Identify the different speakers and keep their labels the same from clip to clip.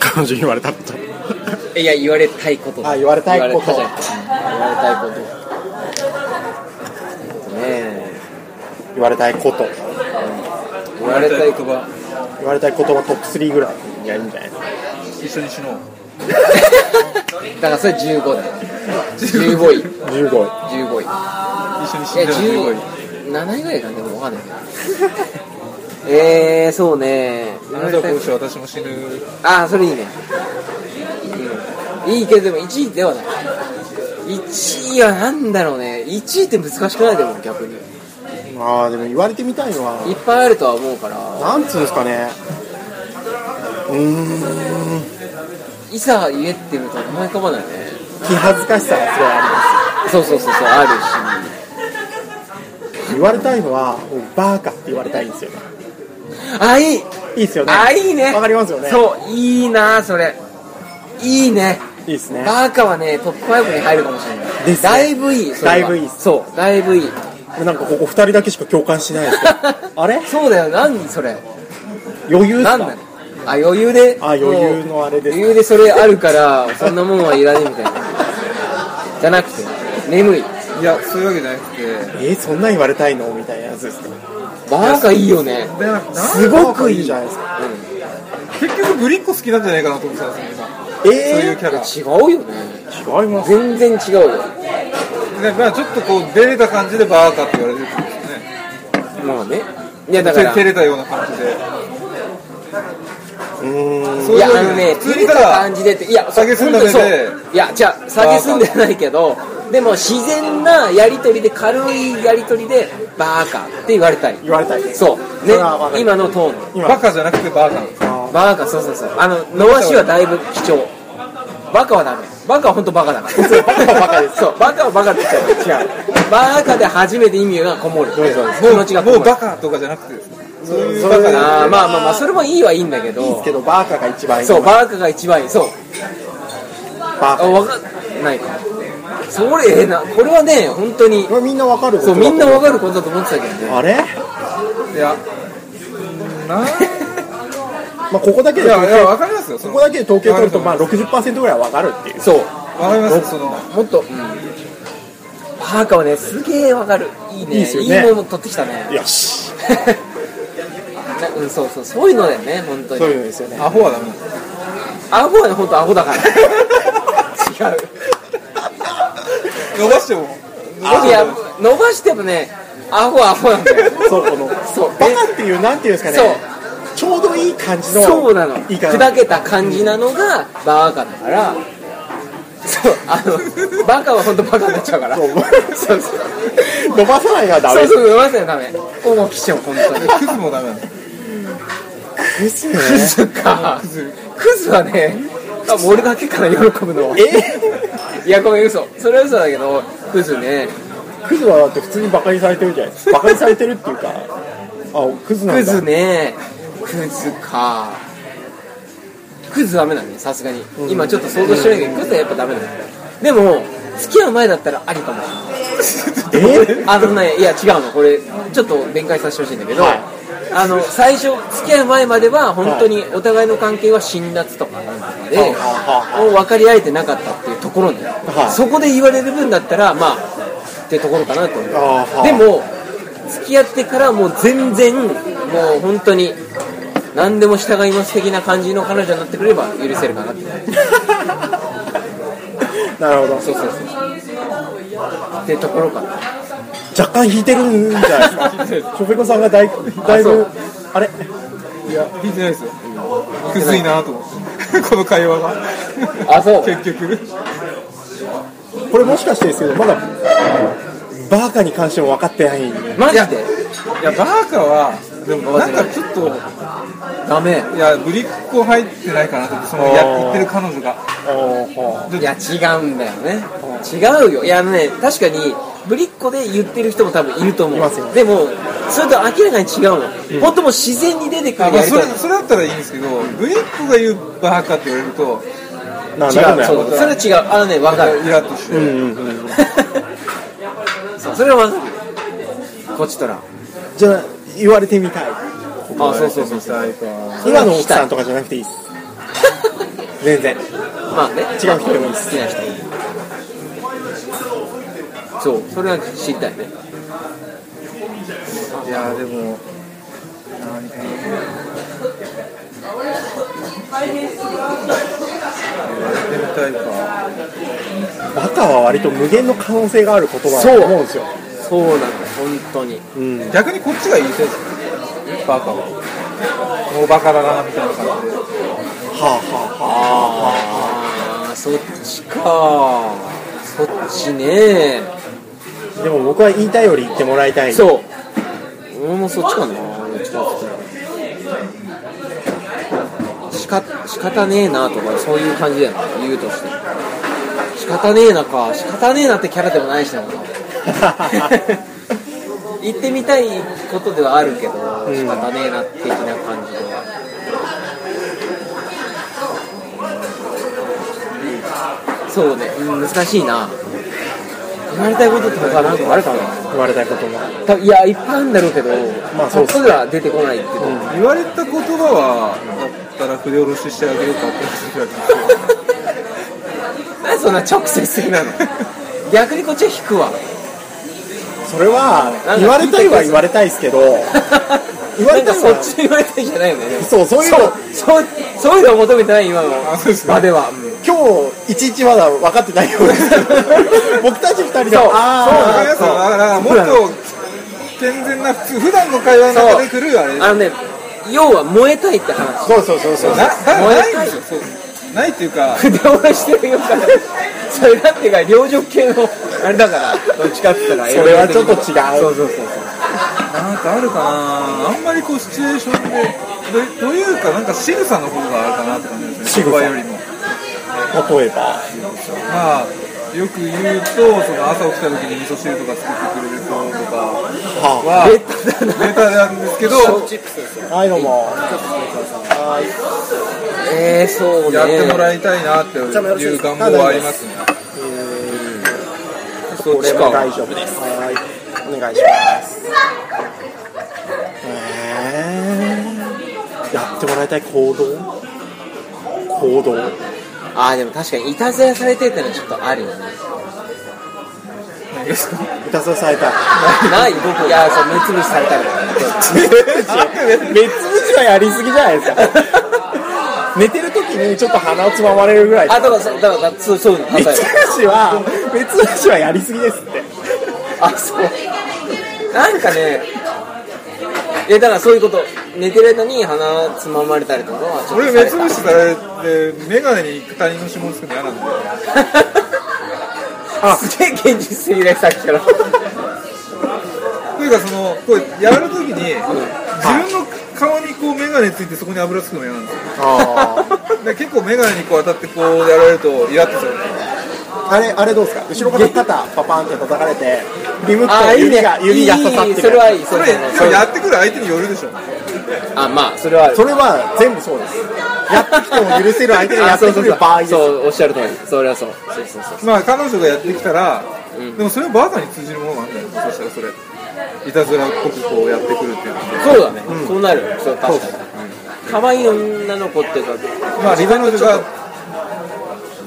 Speaker 1: 彼女に言われたこと
Speaker 2: いや言われたいことだ
Speaker 3: あ言われたいこと
Speaker 2: 言われたじゃない言われたいことねえ
Speaker 3: 言われたいこと
Speaker 2: 言われたいことは
Speaker 3: 言われたいことはトップ3ぐらいにやるんじゃない
Speaker 4: 一緒に死のう
Speaker 2: だからそれ15だよ15位
Speaker 3: 15位
Speaker 2: 15位
Speaker 4: 一緒に死
Speaker 2: いや
Speaker 4: んだら
Speaker 2: 15
Speaker 4: 15
Speaker 2: 位7位
Speaker 4: 位
Speaker 2: ぐらいかなでも分かんないけどえー、そうね
Speaker 4: あなたを殺して私も死ぬ
Speaker 2: ああそれいいね、うん、いいけどでも1位ではない1位はなんだろうね1位って難しくないでも逆に
Speaker 3: ああでも言われてみたいのはい
Speaker 2: っぱいあるとは思うから
Speaker 3: なんつうんですかねうーん
Speaker 2: いざ言えって言うと思い浮かばないね
Speaker 3: 気恥ずかしさがすごいあ
Speaker 2: そうそうそうそうある
Speaker 3: ります言われたいのはもうバーカって言われたいんですよね
Speaker 2: しあいい
Speaker 3: いいですよね
Speaker 2: あいいね
Speaker 3: わかりますよね
Speaker 2: そういいなそれいいね
Speaker 3: いいですね
Speaker 2: バーカはねトップ5に入るかもしれない
Speaker 3: ですね
Speaker 2: だいぶいいそれ
Speaker 3: だ
Speaker 2: は
Speaker 3: いぶいいっす
Speaker 2: そうだいぶ いい
Speaker 3: なんかここ2人だけしか共感しないですけどあれ
Speaker 2: そうだよ何それ
Speaker 3: 余裕っす
Speaker 2: なんな
Speaker 3: か
Speaker 2: のあ余裕で
Speaker 3: あ余裕のあれです
Speaker 2: 余裕でそれあるからそんなもんはいらねえみたいなじゃなくて眠い
Speaker 4: いやそういうわけじゃなくて
Speaker 3: えー、そんなん言われたいのみたいなやつですか
Speaker 2: バーカいいよね
Speaker 4: でなんか
Speaker 3: すごくいいじゃないですか
Speaker 4: 結局ブリッコ好きなんじゃないかなと思ってたんですよ今そうい
Speaker 3: え
Speaker 4: うキャラ
Speaker 2: 違うよね
Speaker 3: ー、違います
Speaker 2: 全然違うよ
Speaker 4: ねまあちょっとこう出れた感じでバーカって言われてるってことですね
Speaker 2: まあねいやだか
Speaker 4: 照
Speaker 2: ら
Speaker 4: 照れたような感じで
Speaker 3: うーん
Speaker 4: そう
Speaker 2: い
Speaker 4: い
Speaker 2: や
Speaker 4: う
Speaker 2: あ
Speaker 4: わけ
Speaker 2: のね
Speaker 4: 普通
Speaker 2: 見
Speaker 4: に
Speaker 2: れ
Speaker 4: た
Speaker 2: た
Speaker 4: だ
Speaker 2: 感じでっていや
Speaker 4: 下げすんだ目で
Speaker 2: そういやじゃあ下げすんでないけどでも自然なやりとりで軽いやりとりでバーカって言われたい
Speaker 3: 言われたいです
Speaker 2: そう
Speaker 3: そ
Speaker 2: ね
Speaker 3: れはわかる
Speaker 2: 今のトーン
Speaker 3: 今
Speaker 4: バカじゃなくてバーカなんです
Speaker 3: あ
Speaker 2: バカそうそうそうあのノワシはだいぶ貴重バカはダメバカは本当バカだか ら
Speaker 3: そうバカはバカです
Speaker 2: そうバカはバカって言っちゃう違うバカで初めて意味がこもる
Speaker 3: そうそう
Speaker 2: 気持ちがこ
Speaker 4: も
Speaker 2: も
Speaker 4: う
Speaker 2: る
Speaker 4: バカとかじゃなくてですねそういう
Speaker 3: そ
Speaker 4: バ
Speaker 3: れ
Speaker 4: カ
Speaker 3: は
Speaker 4: じゃな
Speaker 2: あーまあまあまあそれもいいはいいんだけど
Speaker 3: いいですけどバーカが一番いい
Speaker 2: そうバカが一番いいそう
Speaker 3: バ
Speaker 2: あ
Speaker 3: ーカ
Speaker 2: 分かんないかそれえなこれはね本当に
Speaker 3: これみんなわかる
Speaker 2: そうみんな分
Speaker 3: る
Speaker 2: かることだと思ってたけどね
Speaker 3: あれ
Speaker 4: く ていやなん
Speaker 3: まあここだけ
Speaker 4: い
Speaker 3: で
Speaker 4: やいやわかりますよそ
Speaker 3: こ
Speaker 4: の
Speaker 3: こだけで統計取るとまあ
Speaker 4: わか
Speaker 3: 60%ぐらいはわかるっていう
Speaker 2: そう
Speaker 4: りますその
Speaker 2: もっと、うん、バカはねすげえ分かるいいね
Speaker 3: いいですよね
Speaker 2: いいもの取ってきたね
Speaker 3: よし
Speaker 2: なうん、そうそうそういうのだよね本当に
Speaker 3: そういうのですよね
Speaker 4: アホはダメなんです
Speaker 2: アホはね本当アホだから違う
Speaker 4: 伸ばしても
Speaker 2: いや伸ばしてもねアホはアホなんだよ
Speaker 3: そうこ の
Speaker 2: そう
Speaker 3: バカっていうなんていうんですかねちょうどいい感じの
Speaker 2: そうなの
Speaker 3: いい感じ
Speaker 2: 砕けた感じなのがバカだからそうあのバカは本当バカになっちゃうから
Speaker 3: そう
Speaker 2: そうそう
Speaker 3: 伸ばさないがダメ
Speaker 2: そう
Speaker 3: です
Speaker 2: そう伸ばせよダメおもきちゃう本当に
Speaker 4: クズもダメなんです
Speaker 3: ですよね
Speaker 2: クズかクズはねあもう俺だけかな喜 ぶの
Speaker 3: え
Speaker 2: いやごめん嘘それは嘘だけどクズね
Speaker 3: クズはだって普通にバカにされてるじゃないですかバカにされてるっていうかあクズなんだ
Speaker 2: クズねクズかクズダメだねさすがに、
Speaker 3: ん
Speaker 2: 今ちょっと想像してないけど、クズはやっぱダメだねでも付き合う前だったらありかもし
Speaker 3: え
Speaker 2: れないあのねいや違うのこれちょっと弁解させてほしいんだけど、
Speaker 3: はい
Speaker 2: あの最初付き合う前までは本当にお互いの関係は辛辣とかなんとかで、
Speaker 3: はいは
Speaker 2: もう分かり合えてなかったっていうところに、
Speaker 3: はい
Speaker 2: そこで言われる分だったらまあってところかなと思う
Speaker 3: あーはー
Speaker 2: でも付き合ってからもう全然もう本当に何でも従います的な感じの彼女になってくれれば許せるかなって
Speaker 3: なるほど
Speaker 2: そうそうそうってところかな
Speaker 3: 若干引いてるんじゃないですかショフェコさんがだいだい
Speaker 2: そ
Speaker 3: ぶ
Speaker 2: う
Speaker 3: あれ
Speaker 4: 聞いてないですよクズいなと思ってこの会話が
Speaker 2: あそう
Speaker 4: 結局
Speaker 3: これもしかしてですけどまだバーカに関しても分かってない
Speaker 2: マジで
Speaker 4: いやバーカはでもなんかちょっと
Speaker 2: ダメ
Speaker 4: いや、ぶりっ子入ってないかなと思って、そのや言ってる彼女が。
Speaker 2: いや違うんだよね違うよいやあのね確かにぶりっ子で言ってる人も多分いると思う
Speaker 3: いますよ
Speaker 2: でもそれと明らかに違うの、本当もう自然に出てく
Speaker 4: あ
Speaker 2: る
Speaker 4: まあ、
Speaker 2: やり
Speaker 4: そ
Speaker 2: 方
Speaker 4: れそれだったらいいんですけど、ぶりっ子が言うバーカって言われると、
Speaker 3: なな
Speaker 2: 違
Speaker 3: ん
Speaker 2: う
Speaker 3: だ
Speaker 2: そう
Speaker 3: よ
Speaker 2: それは違うあのね分か る
Speaker 4: イラッとして、
Speaker 3: うんうんうん
Speaker 2: そうそれは分かるこっちとらあ
Speaker 3: じゃあ言われてみたい
Speaker 2: そうそうそうそう
Speaker 3: 今の奥さんとかじゃなくていいです 全然違う
Speaker 2: まあね
Speaker 3: 人でもいいで
Speaker 2: 好
Speaker 3: す
Speaker 2: きな人そうそれは知りたいね
Speaker 4: いやーでもなんかやってみたいか
Speaker 3: バカは割と無限の可能性がある言葉だと思うんですよ
Speaker 2: そうなの本当に
Speaker 3: うん
Speaker 4: 逆にこっちが言いたいですねバカはもうバカだなみたいな感じで
Speaker 3: はあは
Speaker 2: ああそっちかそっちね
Speaker 3: あでも僕は言いたいより言ってもらいたい
Speaker 2: そう俺もそっちかなしか仕方ねえなとかそういう感じだよな言うとして仕方ねえなか仕方ねえなってキャラでもないしな言ってみたいことではあるけど、仕方ねえな的な感じでそうね、うん難しいな言われたいこととかなんかあるかな
Speaker 3: 言われたいことも
Speaker 2: 多分いやいっぱいあるんだろうけど、
Speaker 3: まあ
Speaker 2: そ
Speaker 3: そうっ
Speaker 2: こ
Speaker 3: すね
Speaker 2: では出てこないけど、
Speaker 4: 言われた言葉はだったら筆下ろししてあげようかって話してたけど
Speaker 2: なんでそんな直接言うなの逆にこっちは引くわ
Speaker 3: それは
Speaker 2: なんか聞いてくだ
Speaker 3: 言わ
Speaker 2: さい
Speaker 3: れたいは言われたいですけど言われたい
Speaker 2: なんかそ
Speaker 3: は
Speaker 2: っち言われたいじゃないよねでも
Speaker 3: そうそういうの
Speaker 2: そうそうそういうのを求めてない今の
Speaker 4: あそうですか
Speaker 2: 場では、うん
Speaker 3: 今日いちいちまだ分かってないようです僕たち二人で
Speaker 2: そう
Speaker 4: わ
Speaker 3: あ
Speaker 4: かりま
Speaker 3: あ
Speaker 4: すだからもっと健全な普通普段の会話の中で来るあれ
Speaker 2: あのね要は燃えたいって話
Speaker 3: そうそうそうそう
Speaker 4: な
Speaker 2: 燃え
Speaker 4: な
Speaker 2: た
Speaker 4: ないいんですよそうないっていうか
Speaker 2: 筆下ろしてるよから それだっていうか両女系のあれだからどっちかって言ったら
Speaker 3: それはちょっと違う
Speaker 2: そうそうそうそう
Speaker 4: なんかあるかなあんまりこうシチュエーションでとというかなんか仕草の方があるかなって感じです
Speaker 3: 仕
Speaker 4: ね
Speaker 3: 草
Speaker 4: 言葉よりも
Speaker 3: 例えば
Speaker 4: まあよく言うとその朝起きた時に味噌汁とか作ってくれる人とか
Speaker 3: は
Speaker 4: は
Speaker 2: ベ
Speaker 4: ベ
Speaker 2: タだな
Speaker 4: タなんですけど
Speaker 3: あはいどうも
Speaker 2: えー、そうね
Speaker 4: やってもらいたいなっていう願望はありますね
Speaker 2: そっち
Speaker 3: これは
Speaker 2: か
Speaker 3: 大丈夫ですはいお願いしますえー、やってもらいたい行動行動
Speaker 2: あーでも確かにいたずらされてるってのはちょっとあるよね
Speaker 4: 何ですか
Speaker 3: いたずらされた
Speaker 2: ない僕いやそう目つぶしされたりとかね
Speaker 3: 別口はやりすぎじゃないですか寝てる時にちょっと鼻をつままれるぐらい
Speaker 2: あだからそうだからそうそういうの例え
Speaker 3: 別口
Speaker 2: ば
Speaker 3: は別口はやりすぎですって
Speaker 2: あそうなんかねいやだからそういうこと寝てる間に鼻つままれたりとかはちょっとさ
Speaker 4: 俺
Speaker 2: れた
Speaker 4: 目つぶしされて眼鏡に他人の指紋つくの嫌なんで
Speaker 2: あすげえ現実すぎないさっきから
Speaker 4: というかそのこうやるときに自分の顔にこう眼鏡ついてそこに油つくの嫌なんですよ
Speaker 3: あ
Speaker 4: だから結構眼鏡にこう当たってこうやられるとイラッとする
Speaker 3: あれあれどうですか後ろから肩パパンって叩かれてリムッ
Speaker 2: あ
Speaker 3: と
Speaker 2: いい
Speaker 3: 指
Speaker 2: ね
Speaker 3: が指が刺さっ
Speaker 2: いい
Speaker 3: て
Speaker 2: そ
Speaker 3: く
Speaker 2: れ
Speaker 3: る
Speaker 2: はいい
Speaker 4: そ
Speaker 2: そ
Speaker 4: れ
Speaker 2: れは
Speaker 4: でもやってくる相手によるでしょ
Speaker 2: あまあそれはある
Speaker 3: それは全部そうですやってきても許せる相手がや
Speaker 2: あ
Speaker 3: っ
Speaker 2: そ
Speaker 3: て
Speaker 2: うそ
Speaker 3: く
Speaker 2: う
Speaker 3: る
Speaker 2: そう
Speaker 3: 場合です
Speaker 2: そうおっしゃる通りそれはそうそうそうそう
Speaker 4: まあ彼女がやってきたら、
Speaker 2: うん
Speaker 4: でもそれはバカに通じるものがあるんだよそしたらそれいたずらっぽくこうやってくるっていうのは
Speaker 2: そうだね、そうなるそう確かに可愛い女の子っていうか
Speaker 4: まあ彼女が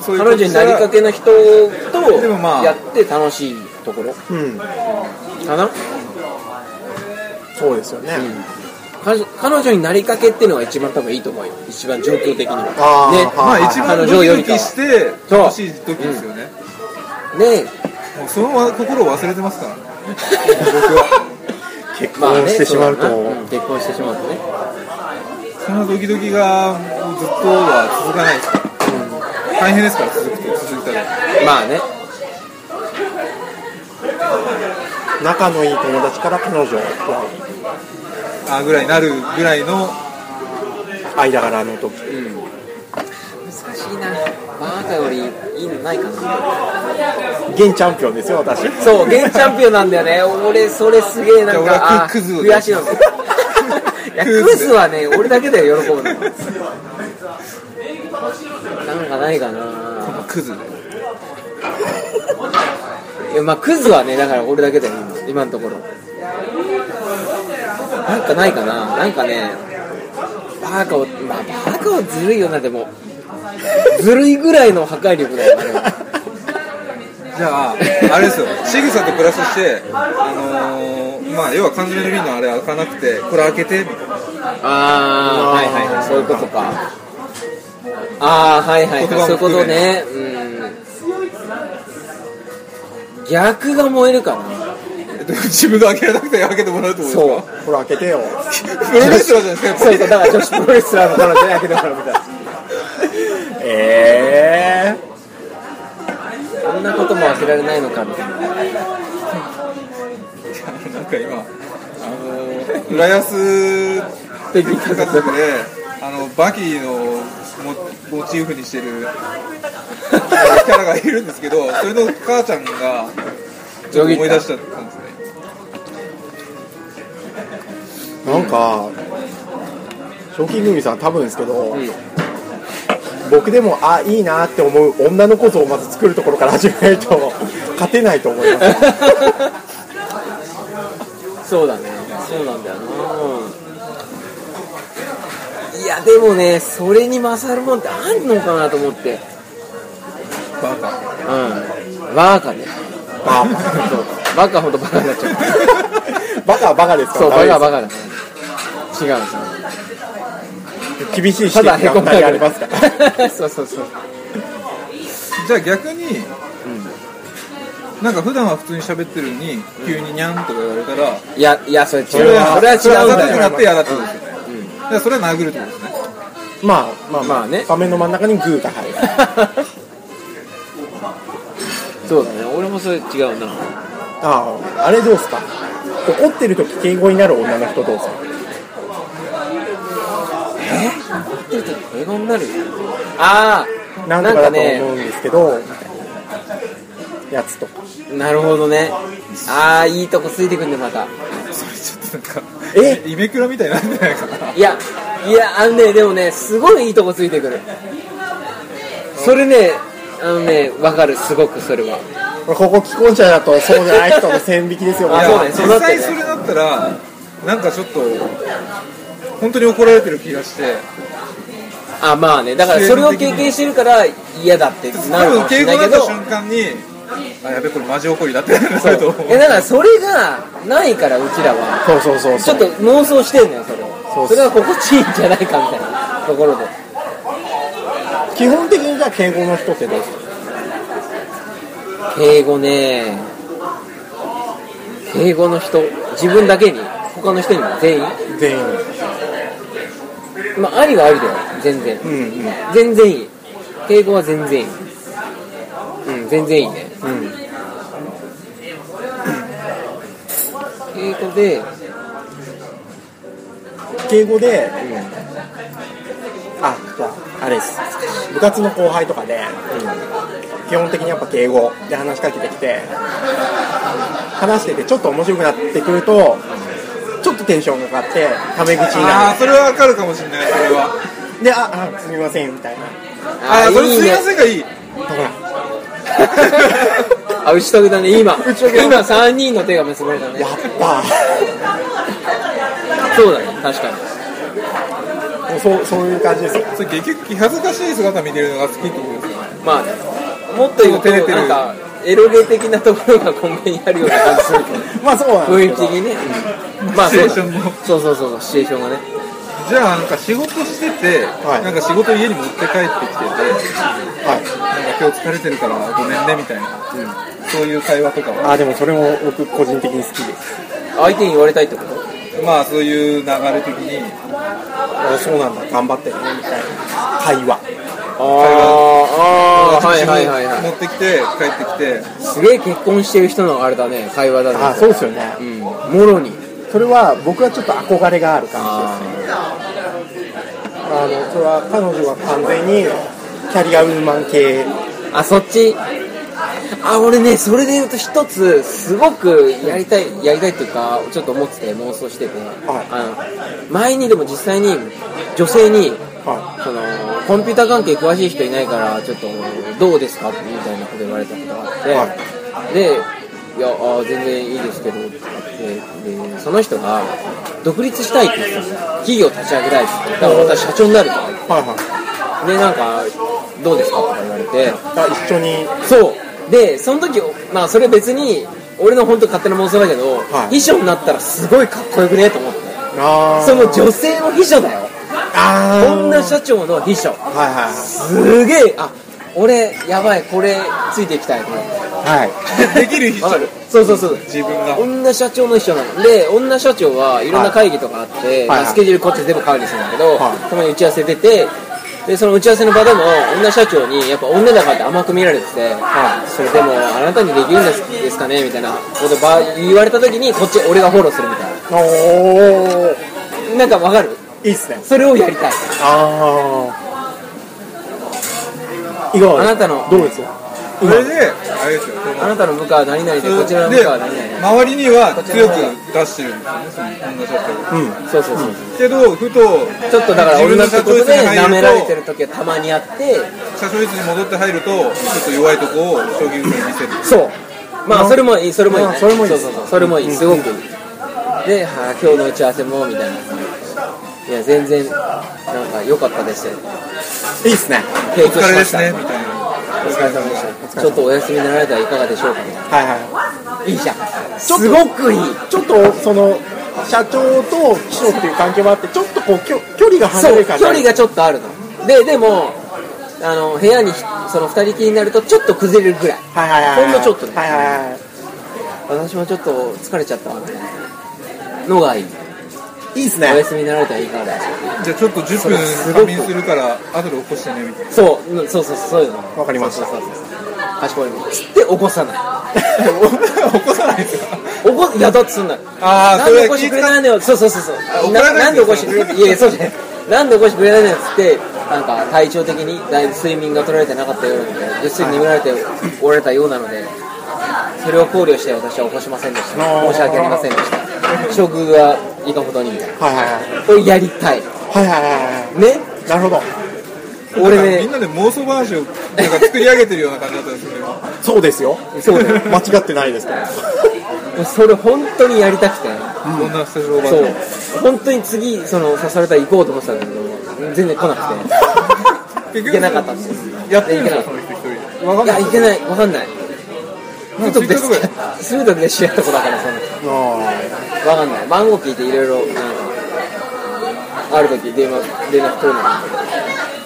Speaker 4: そういう
Speaker 2: 彼女になりかけの人
Speaker 4: でもま
Speaker 2: と
Speaker 4: あ
Speaker 2: やって楽しいところ
Speaker 3: うん
Speaker 2: かな、
Speaker 3: そうですよね、
Speaker 2: 彼女彼女になりかけっていうのが一番多分いいと思うよ一番状況的には
Speaker 3: あー
Speaker 2: ね
Speaker 4: まあ
Speaker 3: はい
Speaker 4: 一番
Speaker 2: 彼
Speaker 4: ド
Speaker 2: 女
Speaker 4: キ
Speaker 2: よ
Speaker 4: ド
Speaker 2: りか
Speaker 4: キして
Speaker 2: そう
Speaker 4: 楽しい時ですよね、
Speaker 2: ね
Speaker 4: もうその心を忘れてますからね
Speaker 3: 結
Speaker 2: まあね
Speaker 3: 婚してしまうと、
Speaker 2: そうだなうん結婚してしまうとね
Speaker 4: そのドキドキがもうずっとは続かないですから、大変ですから続くと続いたら
Speaker 2: まあね
Speaker 3: 仲のいい友達から彼女は
Speaker 4: あぐらいになるぐらいの
Speaker 3: 間柄の時
Speaker 2: うん難しいなバカよりいいのないかな
Speaker 3: 現チャンピオンですよ私
Speaker 2: そう現チャンピオンなんだよね俺それすげえなん
Speaker 4: いや俺は
Speaker 2: か
Speaker 4: ククズ
Speaker 2: あ
Speaker 4: を
Speaker 2: ー悔しいのいやクズはね俺だけだよ喜ぶのなんかないかな
Speaker 4: まあクズで
Speaker 2: いやまあクズはねだから俺だけだよ今今のところなんかないかななんかねバーカを、まあ、バーカはずるいよな、でも。ずるいぐらいの破壊力だよな、で も
Speaker 4: じゃあ、あれです よ、仕草とプラスして、あのー、まあ、要は缶詰の瓶のあれ開かなくて、これ開けて、みたいな
Speaker 2: ああ、はいはいはい、そういうことか。ああ、はいはいはい、
Speaker 4: 言葉
Speaker 2: そうい
Speaker 4: も
Speaker 2: うこ
Speaker 4: 含
Speaker 2: と
Speaker 4: め
Speaker 2: ね。うん。逆が燃えるかな。
Speaker 4: えっと自分が開けられなくて開けてもらうってこと
Speaker 2: そう。
Speaker 3: これ開けてよ
Speaker 4: ですかプロレスラーじゃないですか、
Speaker 3: そ
Speaker 4: や
Speaker 3: うそうだ
Speaker 4: っ
Speaker 3: から女子プロレスラーの彼女に開けてもらうみたいな え
Speaker 2: こんなことも開けられないのか みたいな。
Speaker 4: ぱり。なんか今、あのー、浦安
Speaker 2: 北京
Speaker 4: 家
Speaker 2: 家
Speaker 4: 族
Speaker 2: 族
Speaker 4: で、あの、バキのモモチーフにしてるキャラがいるんですけど、それの母ちゃんが、ちょっと思い出しちゃったんですね。
Speaker 3: ー、なんか賞金組さん多分ですけど、
Speaker 2: ん
Speaker 3: 僕でもあいいなって思う女の子像をまず作るところから始めないと 勝てないと思い ます
Speaker 2: そうだね。そうなんだよな。いや、でもね、それに勝るもんってあんのかなと思って。
Speaker 4: バカ。
Speaker 2: うん。バカね。
Speaker 3: あ
Speaker 2: そう。バカほどバカになっちゃう。
Speaker 3: バカはバカ ですから
Speaker 2: そう、バカは
Speaker 3: ダ
Speaker 2: バ
Speaker 3: メ
Speaker 2: カだね。違うんですよ。
Speaker 3: です厳しい指
Speaker 2: た
Speaker 3: 摘
Speaker 2: だ
Speaker 3: が
Speaker 2: へ
Speaker 3: 2
Speaker 2: こむだけ
Speaker 3: 人ありますから
Speaker 2: ら。そうそうそう。
Speaker 4: じゃあ逆に、なんか普段は普通に喋ってるのに、急にニャンとか言われたら、
Speaker 2: いや、いや、それ違う。そ
Speaker 3: れ
Speaker 2: れ
Speaker 3: は
Speaker 2: は違
Speaker 4: それは
Speaker 2: うん
Speaker 4: ざ
Speaker 2: だ
Speaker 4: とく
Speaker 2: よ。
Speaker 4: なってやだってことですよね。だからそれは殴るってことですね。
Speaker 3: まあまあ
Speaker 2: まあね
Speaker 3: 画面の真ん中にグーが入る
Speaker 2: そうだね。俺もそれ違うな。
Speaker 3: あああれどうすか怒ってる時敬語になる女の人どうすか
Speaker 2: 英語になるああ、
Speaker 3: な
Speaker 2: なんん
Speaker 3: とかだ
Speaker 2: か
Speaker 3: と思う
Speaker 2: ね、
Speaker 3: んですけど、みたいなやつとか
Speaker 2: なるほどね。ああ、いいとこついてくんね、また。
Speaker 4: それちょっとなんか、
Speaker 3: え
Speaker 4: イメクラみたいになってないかな。
Speaker 2: いや、いや、あのね、でもね、すごいいいとこついてくる。それね、あのね、わかる、すごくそれは。
Speaker 3: ここ既婚者だとそうじゃない人の線引きですよ
Speaker 2: あ
Speaker 4: いや
Speaker 2: そうだねそうなっ
Speaker 4: 実
Speaker 2: てね
Speaker 4: 際それだったら、なんかちょっと、本当に怒られてる気がして、
Speaker 2: あ、まあね、だからそれを経験してるから嫌だってな
Speaker 4: 多
Speaker 2: るか
Speaker 4: 分
Speaker 2: もし
Speaker 4: 敬
Speaker 2: れ
Speaker 4: 語
Speaker 2: ない
Speaker 4: にな
Speaker 2: け
Speaker 4: った
Speaker 2: ど、
Speaker 4: 瞬間に、あ、やべ、これマジ怒りだってなると思う。
Speaker 2: えだからそれがないから、うちらは。
Speaker 3: そうそうそう
Speaker 2: ち
Speaker 3: そ
Speaker 2: ょ
Speaker 3: う
Speaker 2: っと妄想してんのよ、それ
Speaker 3: そうっ
Speaker 2: を。
Speaker 3: す
Speaker 2: それが心地いいんじゃないかみたいなところで。
Speaker 3: 基本的にじゃあ敬語の人ってどうすか
Speaker 2: 敬語ね敬語の人自分だけに他の人にも全員
Speaker 3: 全員
Speaker 2: まあありはありだよ全然
Speaker 3: うんうん
Speaker 2: 全然いい敬語は全然いいうん全然いいね
Speaker 3: うん
Speaker 2: 敬語で
Speaker 3: 敬語で、あじゃああれです部活の後輩とかで、基本的にやっぱ敬語で話しかけてきて話しててちょっと面白くなってくるとちょっとテンションが上がってタメ口に
Speaker 4: あ
Speaker 3: な
Speaker 4: あ、それはわかるかもしれない、それは。
Speaker 3: るでああすみませんみたいな
Speaker 4: ああ、それすいま
Speaker 2: ん
Speaker 4: せんがいい。
Speaker 3: だ から
Speaker 2: あ打ち解けたね今
Speaker 3: 打ち解けた
Speaker 2: 今3人の手が結ばれたね
Speaker 3: やっぱ
Speaker 2: そうだね確かに
Speaker 3: もうそうそういう感じですよ
Speaker 4: それ結局気恥ずかしい姿見てるのが好きってことですよね。
Speaker 2: まあねもっと言うと
Speaker 4: 照れてる
Speaker 2: なんかエロゲ的なところが根底にあるような感じするけど
Speaker 3: まあそうなん
Speaker 2: 雰
Speaker 3: で
Speaker 2: 囲
Speaker 3: す
Speaker 2: 気
Speaker 3: けど
Speaker 2: 的にね、まあそう
Speaker 4: シチュエ
Speaker 2: だ
Speaker 4: ーションも
Speaker 2: そうそうそうそうシチュエーションがね
Speaker 4: じゃあ、なんか仕事してて、
Speaker 3: はい
Speaker 4: なんか仕事家に持って帰ってきてて、
Speaker 3: はい
Speaker 4: なんか今日疲れてるからごめんねみたいな、そういう会話とかは、
Speaker 3: あでもそれも僕個人的に好きです
Speaker 2: 相手に言われたいってこと
Speaker 4: まあそういう流れ的に、
Speaker 3: あそうなんだ頑張ってるねみたいな会話
Speaker 2: あーあーはいはいはい
Speaker 4: 持
Speaker 2: は
Speaker 4: ってきて、帰ってきて、
Speaker 2: いすげえ結婚してる人のあれだね会話だね
Speaker 3: あそうですよね
Speaker 2: うんもろに
Speaker 3: それは僕はちょっと憧れがある感じですねあのそれは彼女は完全にキャリアウーマン系
Speaker 2: あそっちあ俺ねそれで言うと一つすごくやりたいやりたいっていうかちょっと思ってて妄想してて、あの前にでも実際に女性に
Speaker 3: は
Speaker 2: そのコンピューター関係詳しい人いないからちょっとどうですかみたいなこと言われたことがあって、
Speaker 3: は
Speaker 2: でいやあー全然いいですけどって言ってでその人が独立したいって言ってたの企業立ち上げたいってだから私社長になると
Speaker 3: はいはい
Speaker 2: でなんかどうですかとか言われて
Speaker 3: あ一緒に
Speaker 2: そうでその時まあそれ別に俺の本当勝手な妄想だけど、
Speaker 3: はい
Speaker 2: 秘書になったらすごいかっこよくねと思って
Speaker 3: あー
Speaker 2: その女性の秘書だよ
Speaker 3: あー
Speaker 2: 女社長の秘書
Speaker 3: はいは
Speaker 2: すげえあ俺やばいこれついていきたいと思って
Speaker 3: いは
Speaker 4: できる人
Speaker 2: わかるそうそうそう
Speaker 4: 自分が
Speaker 2: 女社長の秘書なので女社長はいろんな会議とかあって、まあ
Speaker 3: はい
Speaker 2: スケジュールこっちで全部管理するんだけど、
Speaker 3: はい
Speaker 2: たまに打ち合わせ出てでその打ち合わせの場でも女社長にやっぱ女だからって甘く見られてて、それでもあなたにできるんですですかねみたいなことば言われた時にこっち俺がフォローするみたい
Speaker 3: いおお
Speaker 2: ななんかわかる
Speaker 3: いいっすね
Speaker 2: それをやりたい
Speaker 3: ああいかがです
Speaker 2: あなたの
Speaker 3: どうです
Speaker 4: それであれですよ
Speaker 2: あなたの部下は何々でこちらの部
Speaker 4: で
Speaker 2: 下は何々
Speaker 4: 周りには強く出してるんですよねその女社長
Speaker 3: うん
Speaker 2: そうそうそう、
Speaker 4: けどふと
Speaker 2: ちょっとだから
Speaker 4: 自
Speaker 2: 俺
Speaker 4: 分
Speaker 2: の
Speaker 4: の
Speaker 2: 仕
Speaker 4: 社長
Speaker 2: 事
Speaker 4: 室
Speaker 2: で
Speaker 4: に
Speaker 2: 舐められ
Speaker 4: 入
Speaker 2: て
Speaker 4: る
Speaker 2: る時はたまにあって
Speaker 4: と社長室に戻って入るとちょっと弱いとこを将棋打つに見せる
Speaker 2: そうまあそれもいいそれもいい、
Speaker 3: ま
Speaker 2: ね、
Speaker 3: あそれもいい
Speaker 2: そうそうそうそれもいい、すごくいいで、はあ、今日の打ち合わせもみたいないや全然なんか良かったです
Speaker 3: いいっすね
Speaker 2: 提
Speaker 4: お疲
Speaker 2: 供し
Speaker 4: れ
Speaker 2: ま
Speaker 4: で
Speaker 2: し
Speaker 4: す
Speaker 2: た、
Speaker 4: ねみたいな
Speaker 3: お疲れ様でしたお疲れ
Speaker 2: ちょ
Speaker 3: 様
Speaker 2: っとお休みになられたらいかがでしょうかみたい
Speaker 3: はいは
Speaker 2: ないいじゃん
Speaker 3: ちょっと
Speaker 2: すごくいい
Speaker 3: いちょっとその社長と秘書っていう関係もあってちょっとこうきょ距離が離れ
Speaker 2: そう
Speaker 3: る
Speaker 2: 距
Speaker 3: 感じ
Speaker 2: 離がちょっとあるのででもあの部屋にひその二人きりになるとちょっと崩れるぐらい
Speaker 3: はいはいはいはい
Speaker 2: ほんのちょっとね
Speaker 3: はいはいは
Speaker 2: 私もちょっと疲れちゃったみたいなのがいい
Speaker 3: いいいっす
Speaker 2: お
Speaker 3: ね
Speaker 2: 休みになられたらいかがでしょうか
Speaker 4: じゃあちょっと10
Speaker 2: それ
Speaker 4: 分
Speaker 2: すごく
Speaker 4: 仮眠するから後で起こしてねみたいな
Speaker 2: そう、うんそうそうそう、そういうの。
Speaker 3: わかりました
Speaker 2: そうそうそうそうかしこまりました。で、起こさない。
Speaker 4: 起こさないですよ
Speaker 2: 起こ、いや、だってそんな。
Speaker 4: ああ
Speaker 2: なん
Speaker 4: そ
Speaker 2: で
Speaker 4: れ
Speaker 2: 起
Speaker 4: は
Speaker 2: こし
Speaker 4: 気
Speaker 2: て
Speaker 4: ぃ
Speaker 2: く
Speaker 4: 使
Speaker 2: れ
Speaker 4: っ
Speaker 2: ないのよ。そうそうそう
Speaker 4: あ
Speaker 2: そう。
Speaker 4: 怒ら
Speaker 2: な
Speaker 4: れない
Speaker 2: なんで起こしてくれない
Speaker 4: んです
Speaker 2: い
Speaker 4: よ
Speaker 2: やいや、そうじゃない。なんで起こしてくれないのよっつって、なんか体調的にだいぶ睡眠が取られてなかったようなので、ぐっすり眠られておられたようなので、それを考慮して私は起こしませんでした。
Speaker 3: あー
Speaker 2: 申し訳ありませんでした。処遇はいかほどにみたいな。
Speaker 3: はいはいはい
Speaker 2: これやりたい。ね
Speaker 3: はいはいはいはいなるほど
Speaker 2: 俺
Speaker 4: みん
Speaker 2: ね、
Speaker 4: なで妄想話をなんか作り上げてるような感じだったん ですけど
Speaker 3: そうですよ
Speaker 2: そうだよ
Speaker 3: 間違ってないですから
Speaker 2: それ本当にやりたくて。
Speaker 4: こんなスタジオ版
Speaker 2: そう
Speaker 4: で
Speaker 2: 本当に次その誘われたら行こうと思ってたんだけど全然来なくて行
Speaker 4: 結局
Speaker 2: けなかったんですい
Speaker 4: やってるんです
Speaker 2: い
Speaker 4: よ
Speaker 2: け
Speaker 4: その人一人で
Speaker 2: や行けない分かんない
Speaker 4: な
Speaker 2: ふ
Speaker 4: ん
Speaker 2: と
Speaker 4: かツイ
Speaker 2: で
Speaker 4: ッターとかです
Speaker 2: ぐとで知り合った子だからその
Speaker 3: あ
Speaker 2: 分かんない番号聞いていろいろなんかある時電話連絡取れ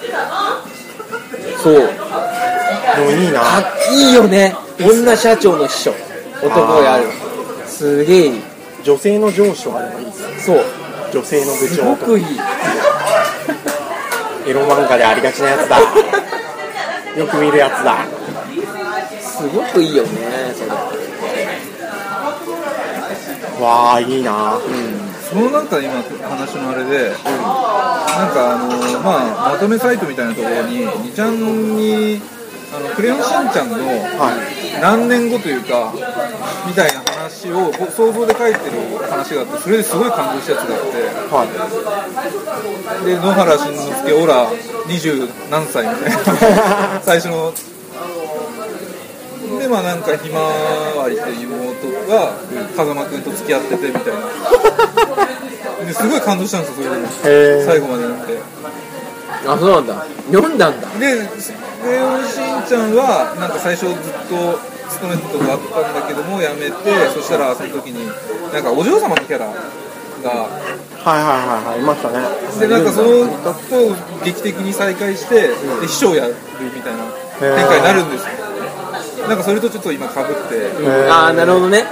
Speaker 2: ないそう
Speaker 3: ーでもいいな
Speaker 2: あいいよね女社長の秘書男やるすげえいい
Speaker 3: 女性の上司とかでもいいですよ
Speaker 2: そう
Speaker 3: 女性の部
Speaker 2: す
Speaker 3: 長
Speaker 2: ご
Speaker 3: とか
Speaker 2: くいい
Speaker 3: エロ漫画でありがちなやつだよく見るやつだ
Speaker 2: すごくいいよねそれ
Speaker 3: わあいいな
Speaker 4: そのなんか今話のあれで、なんかあのまあまとめサイトみたいなところに2ちゃんにあのクレヨンしんちゃんの
Speaker 3: はい
Speaker 4: 何年後というかみたいな話をこう想像で書いてる話があってそれですごい感動したやつがあ
Speaker 3: は
Speaker 4: ってで野原しんのすけオラ二十何歳みたいな最初のでまあなんかひまわりという妹が風間くんと付き合っててみたいなですごい感動したんですよそれで
Speaker 3: いへえ
Speaker 4: 最後まで読んで
Speaker 2: あそうなんだ読んだんだ
Speaker 4: でクレヨンしんちゃんはなんか最初ずっと勤めたとこあったんだけども辞めてそしたらその時になんかお嬢様のキャラが
Speaker 3: はいはいはいはいいましたね
Speaker 4: でなんかそのと劇的に再会してで秘書をやるみたいな展開になるんですよなんかそれとちょっと今かぶって
Speaker 3: へー
Speaker 2: ああなるほどね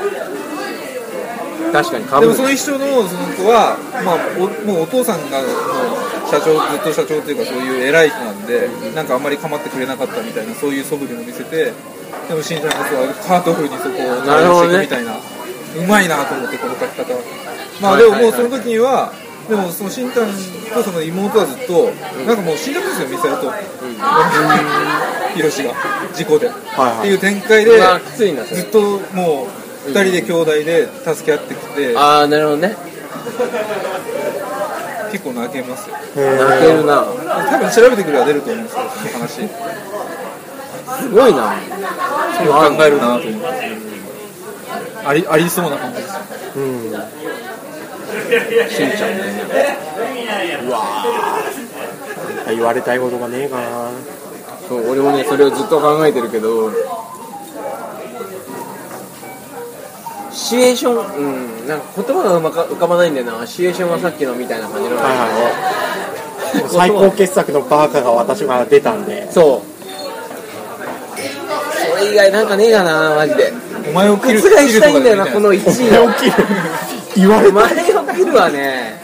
Speaker 2: 確かにか
Speaker 4: で
Speaker 2: ぶ
Speaker 4: も
Speaker 2: る
Speaker 4: その秘書のその子は、まあ、おもうお父さんがもう社長ずっと社長というかそういう偉い人なんでなんかあんまり構ってくれなかったみたいなそういう素振りも見せてでもしんちゃんこそはハートフルにそこを
Speaker 2: なるほど
Speaker 4: してい
Speaker 2: ね
Speaker 4: くみたいなうまいなと思ってこの書き方はま
Speaker 2: は
Speaker 4: あ
Speaker 2: い
Speaker 4: で
Speaker 2: はいはい
Speaker 4: ももうその時にはでもそのしんちゃんとその妹はずっとなんかもう死んじゃったんですよミサイルとヒロシが事故で、
Speaker 3: はい
Speaker 4: っていう展開で
Speaker 2: うわきついなそれ
Speaker 4: ずっともう2人で兄弟で助け合ってきて
Speaker 2: ああなるほどね
Speaker 4: 結構泣けますよ
Speaker 2: 泣けるな
Speaker 4: 多分調べてくれば出ると思うんですよその話
Speaker 2: すごいな
Speaker 4: 考えるなと思ってありありそうな感じですよ
Speaker 3: うん
Speaker 2: しんちゃんね
Speaker 3: うわー言われたいことがねえかな
Speaker 2: そう俺もねそれをずっと考えてるけどシチュエーションうんなんか言葉がうまか浮かばないんだよなシチュエーションはさっきのみたいな感じなんだ
Speaker 3: はいはいはい最高傑作のバーカが私が出たんで
Speaker 2: そうそれ以外なんかねえかなマジで
Speaker 4: お前を
Speaker 2: 覆
Speaker 4: 切る
Speaker 2: したいんだよな
Speaker 4: 切
Speaker 2: こ
Speaker 4: るとか
Speaker 2: の
Speaker 4: で
Speaker 2: 1
Speaker 3: お
Speaker 2: 位
Speaker 3: 前
Speaker 2: を
Speaker 3: を切る言われた
Speaker 2: 前を切るはね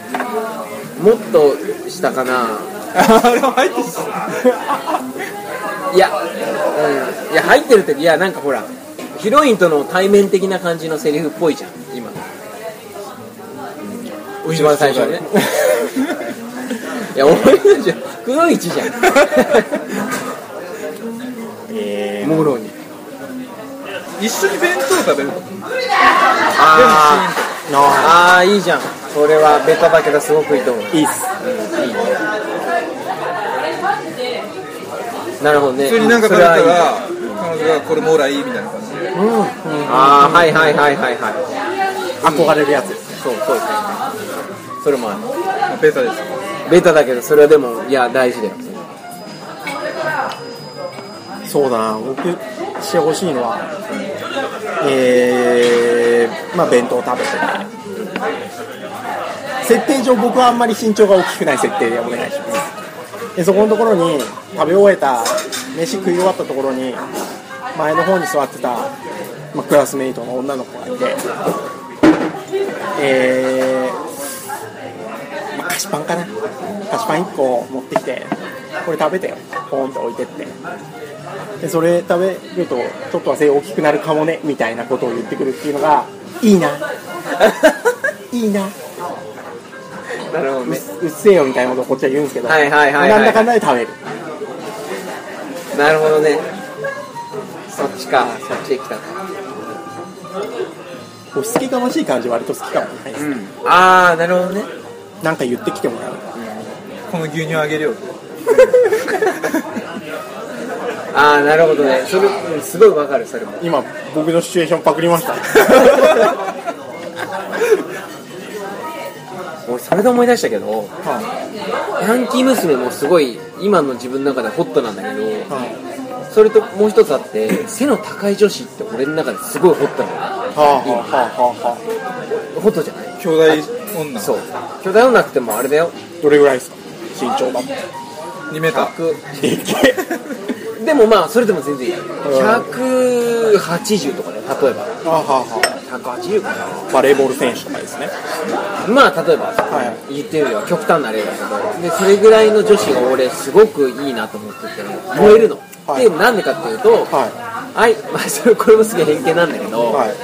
Speaker 2: もっとしたかな
Speaker 4: きないあれは入ってた
Speaker 2: いや、うん、いや入ってるっていやなんかほらヒロインとの対面的な感じのセリフっぽいじゃん今
Speaker 4: お
Speaker 2: 一番最初ねいや俺のじゃ黒い位置じゃん
Speaker 3: え
Speaker 2: もろに
Speaker 4: 一緒に弁当食べる
Speaker 2: あ
Speaker 3: ーな
Speaker 2: ああーいいじゃんそれはベタだけどすごくいいと思う
Speaker 3: あいいっす
Speaker 2: いいねなるほどね
Speaker 4: 普通になんか食
Speaker 2: そ
Speaker 4: べ
Speaker 2: れ
Speaker 4: た
Speaker 2: は
Speaker 4: ら
Speaker 2: いいね
Speaker 4: 彼女がこれもらいみたいな感じで
Speaker 2: ああはいはいはいはいはい
Speaker 3: 憧れるやつです
Speaker 2: そうそうですねそれもある
Speaker 4: まあベタですよ
Speaker 2: ベタだけどそれはでもいや大 事だよ
Speaker 3: そうだな僕してほしいのはえー、まあ弁当を食べてね設定上僕はあんまり身長が大きくない設定でお願いしますでそこのところに食べ終えた飯食い終わったところに前の方に座ってた、まあ、クラスメイトの女の子がいてえー、まあ菓子パンかな菓子パン1個持ってきてこれ食べてよポンと置いてってでそれ食べるとちょっとは背大きくなるかもねみたいなことを言ってくるっていうのがいいないいな
Speaker 2: なるほど
Speaker 3: うっうっせえよみたいなことをこっちは言うんですけど、
Speaker 2: はいはいはいはい
Speaker 3: なんだかんだで食べる
Speaker 2: なるほどねそっちかそっちへ来たか
Speaker 3: 押しつけがましい感じ割と好きかもないです、
Speaker 2: ああなるほどね
Speaker 3: なんか言ってきてもらう
Speaker 4: この牛乳あげるよって
Speaker 2: ああなるほどねそれ、うん、すごいわかるそれも
Speaker 3: 今僕のシチュエーションパクりました
Speaker 2: 俺それで思い出したけど
Speaker 3: は
Speaker 2: ヤンキー娘もすごい今の自分の中でホットなんだけど
Speaker 3: いはい
Speaker 2: それともう一つあって背の高い女子って俺の中ですごいホットな
Speaker 3: はあはあはあはあ
Speaker 2: のホットじゃない
Speaker 4: 兄弟女
Speaker 2: そう巨大なくてもあれだよ
Speaker 3: どれぐらいですか身長だもんで
Speaker 4: 2メーター
Speaker 2: 100
Speaker 3: っけ
Speaker 2: でもまあそれでも全然いい180とかね例えば
Speaker 3: えはあはあは
Speaker 2: 180かな
Speaker 3: あバレーボール選手とかですね
Speaker 2: まあ例えば、
Speaker 3: は
Speaker 2: 言ってるよ極端な例だけどでそれぐらいの女子が俺すごくいいなと思ってて燃えるの、
Speaker 3: はい
Speaker 2: でなんでかっていうと
Speaker 3: は
Speaker 2: はい、 まあ、それこれもすげえ偏見なんだけ
Speaker 3: い
Speaker 2: ど、
Speaker 3: はい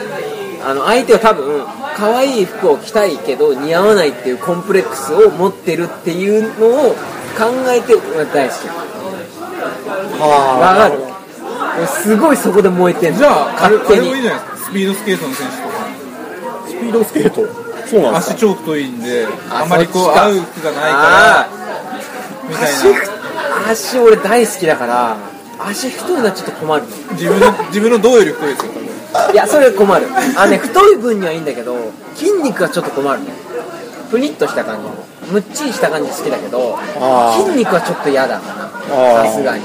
Speaker 2: あの相手は多分可愛い服を着たいけど似合わないっていうコンプレックスを持ってるっていうのを考えて俺は大好きわ
Speaker 3: は
Speaker 2: か
Speaker 3: あ
Speaker 2: る俺すごいそこで燃えてんの
Speaker 4: じゃああれ
Speaker 2: 勝手
Speaker 4: あれもいい
Speaker 2: に
Speaker 4: じゃないですかスピードスケートの選手とか
Speaker 3: スピードスケートそうなんです
Speaker 4: 足
Speaker 3: か
Speaker 4: 超太いんで
Speaker 2: あ
Speaker 4: あまりこう
Speaker 2: そっちか
Speaker 4: 合う服がないか
Speaker 2: あー
Speaker 4: らみた
Speaker 2: 足
Speaker 4: いな
Speaker 2: 足俺大好きだから足太いのはちょっと困るの
Speaker 4: 自分の自分の胴より太いですよ多分
Speaker 2: いやそれは困るあのね太い分にはいいんだけど筋肉はちょっと困るねぷにっとした感じむっちりした感じ好きだけど
Speaker 3: あー
Speaker 2: 筋肉はちょっと嫌だかな
Speaker 3: あー
Speaker 2: さすがに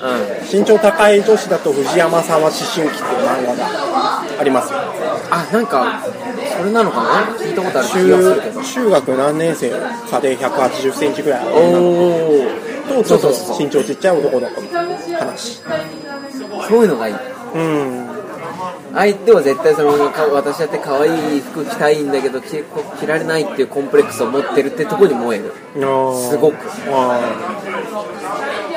Speaker 2: うん
Speaker 3: 身長高い女子だと藤山さんは思春期っていう漫画がありますよ
Speaker 2: あなんかそれなのかな聞いたことある気がするけど
Speaker 3: 中中学何年生差で1 8 0センチぐらいある
Speaker 2: お
Speaker 3: とちょ
Speaker 2: お
Speaker 3: っと
Speaker 2: そうそうそう
Speaker 3: 身長ちっちゃい男の子の話
Speaker 2: そういうのがいい
Speaker 3: うん
Speaker 2: 相手は絶対そのか私だって可愛い服着たいんだけど着着られないっていうコンプレックスを持ってるってとこに燃えるすごく
Speaker 3: あ